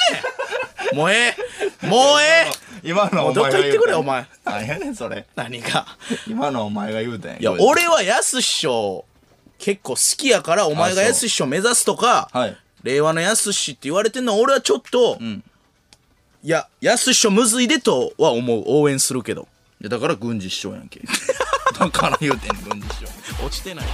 Speaker 2: ねんもうええもうえ
Speaker 1: 今の
Speaker 2: えも
Speaker 1: お
Speaker 2: うどっ
Speaker 1: 前
Speaker 2: か
Speaker 1: が
Speaker 2: 行
Speaker 1: 言
Speaker 2: って
Speaker 1: う
Speaker 2: くれ、
Speaker 1: たん
Speaker 2: お前。
Speaker 1: 何やねん、それ。
Speaker 2: 何か。
Speaker 1: 今のお前が言うたんや。
Speaker 2: いや、俺はやす師匠、結構好きやから、お前がやす師匠目指すとか、
Speaker 1: はい
Speaker 2: 令和のやす師って言われてんのは、俺はちょっと、いや、やす師匠むずいでとは思う。応援するけど。
Speaker 1: いやだから軍事師匠やんけ。 [LAUGHS] だから言うてんねん、軍事師匠。
Speaker 2: 落ちてない。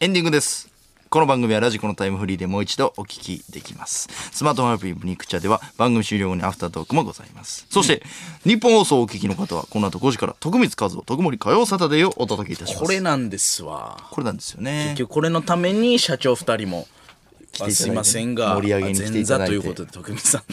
Speaker 1: エンディングです。この番組はラジコのタイムフリーでもう一度お聞きできます。スマートフォンアプリニクチャでは番組終了後にアフタートークもございます。そして、日本放送をお聞きの方はこの後5時から徳光和夫、徳森火曜サタデーをお届けいたします。
Speaker 2: これなんですわ。
Speaker 1: これなんですよね
Speaker 2: 結。局これのために社長二人も
Speaker 1: ていただいてね
Speaker 2: すいませんが
Speaker 1: 盛り上げに来ていただいて
Speaker 2: 前座ということで徳
Speaker 1: [LAUGHS]
Speaker 2: 光さんこ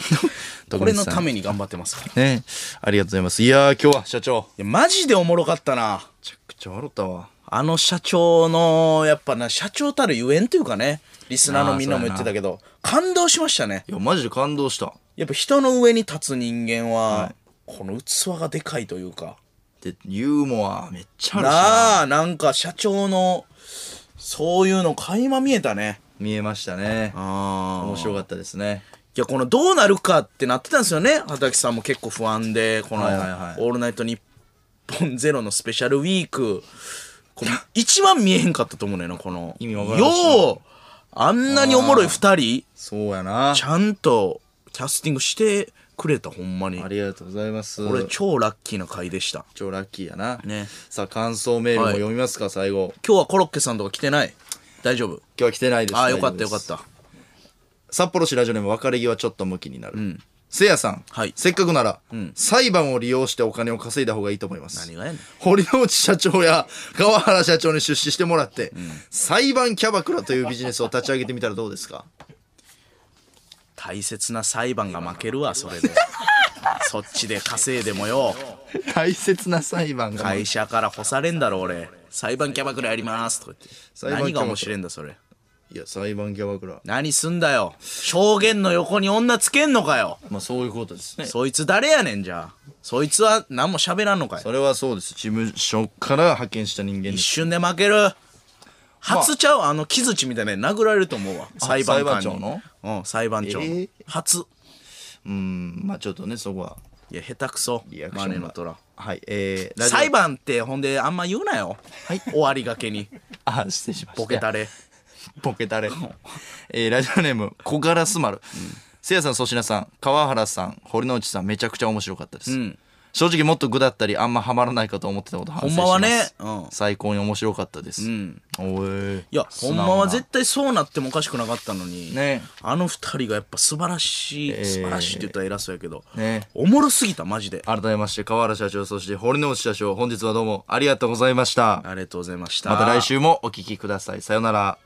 Speaker 1: 光
Speaker 2: れ
Speaker 1: さん
Speaker 2: のために頑張ってますからい
Speaker 1: ね。ありがとうございます。いやー、今日は社長。め
Speaker 2: やマジでおもろかったな
Speaker 1: ちゃくちゃ笑ったわ。
Speaker 2: あの社長のやっぱな社長たるゆえんというかねリスナーのみんなも
Speaker 1: あー
Speaker 2: 言ってたけど感動しましたね
Speaker 1: いや、マジで感動した。
Speaker 2: やっぱ人の上に立つ人間は、この器がでかいというか
Speaker 1: で、ユーモアめっちゃあるしな。
Speaker 2: なあなんか社長のそういうの垣間見えたね
Speaker 1: 見えましたね。
Speaker 2: あ
Speaker 1: 面白かったですね。
Speaker 2: いや、このどうなるかってなってたんですよね。畑さんも結構不安で、この、
Speaker 1: はいはいはい
Speaker 2: オールナイトニッポンゼロのスペシャルウィーク、こ
Speaker 1: [LAUGHS]
Speaker 2: の一番見えへんかったと思うねんな、この。
Speaker 1: 意味わからんしな
Speaker 2: ようあんなにおもろい二人、
Speaker 1: そうやな
Speaker 2: ち。ゃんとキャスティングしてくれた、ほんまに
Speaker 1: あ。りがとうございます。
Speaker 2: 俺、超ラッキーな回でした。
Speaker 1: 超ラッキーやな。
Speaker 2: ね
Speaker 1: さあ、感想メールも読みますか、最後。
Speaker 2: 今日はコロッケさんとか来てない大丈夫
Speaker 1: 今日は来てないです。
Speaker 2: ああ、
Speaker 1: 大
Speaker 2: よ
Speaker 1: 丈
Speaker 2: か
Speaker 1: 夫
Speaker 2: っ
Speaker 1: で
Speaker 2: た
Speaker 1: す
Speaker 2: よかっ。た。
Speaker 1: 札幌市ラジオネーム別れ際ちょっと向きになる。せいやさん、
Speaker 2: はい
Speaker 1: せっかくなら、裁判を利用してお金を稼いだ方がいいと思います。
Speaker 2: 何がやねん
Speaker 1: 堀之内社長や川原社長に出資してもらって、裁判キャバクラというビジネスを立ち上げてみたらどうですか
Speaker 2: 大切な裁判が負けるわ、そ
Speaker 1: [LAUGHS]
Speaker 2: れで。そっちで稼いでもよ。
Speaker 1: 大切な裁判が。
Speaker 2: 会社から干されんだろ俺裁判キャバクラやりますとか言って
Speaker 1: 裁判キャバ
Speaker 2: 何
Speaker 1: クラ
Speaker 2: が面白いんだそれ
Speaker 1: いや、裁判キャバクラ。
Speaker 2: 何すんだよ証言の横に女つけんのかよ
Speaker 1: まあそういうことですね。
Speaker 2: そいつ誰やねんじゃあそいつは何も喋らんのかい
Speaker 1: それはそうです。事務所から派遣した人間です。
Speaker 2: 一瞬で負ける初ちゃうあの木槌みたいなの殴られると思うわ裁判官に
Speaker 1: 裁判長
Speaker 2: うん裁判長の、
Speaker 1: えー
Speaker 2: 初
Speaker 1: うん、まあちょっとね、そこは。
Speaker 2: いや下手くそ
Speaker 1: リアクショ
Speaker 2: マ
Speaker 1: ンが
Speaker 2: ネの虎
Speaker 1: はい、えー、ラジオ
Speaker 2: 裁判ってほんであんま言うなよ、
Speaker 1: はい
Speaker 2: 終わりがけに
Speaker 1: あ、失礼しました。
Speaker 2: ボケたれ
Speaker 1: ポケタレ。えーラジオネーム、小ガラス丸。せいやさん、粗品さん、川原さん、堀之内さん、めちゃくちゃ面白かったです。正直もっと具だったり、あんまハマらないかと思ってたこと反省します。
Speaker 2: ほんまはねうん
Speaker 1: 最高に面白かったです。おー
Speaker 2: いや、ほ
Speaker 1: 素直
Speaker 2: ん
Speaker 1: な
Speaker 2: まは絶対そうなってもおかしくなかったのに、
Speaker 1: ね
Speaker 2: あの二人がやっぱ素晴らしい、
Speaker 1: ー
Speaker 2: 素晴らしいって言ったら偉そうやけど、
Speaker 1: ね
Speaker 2: おもろすぎた、マジで。
Speaker 1: 改めまして、川原社長、そして堀之内社長、本日はどうもありがとうございました。
Speaker 2: ありがとうございました。
Speaker 1: また来週もお聞きください。さよなら。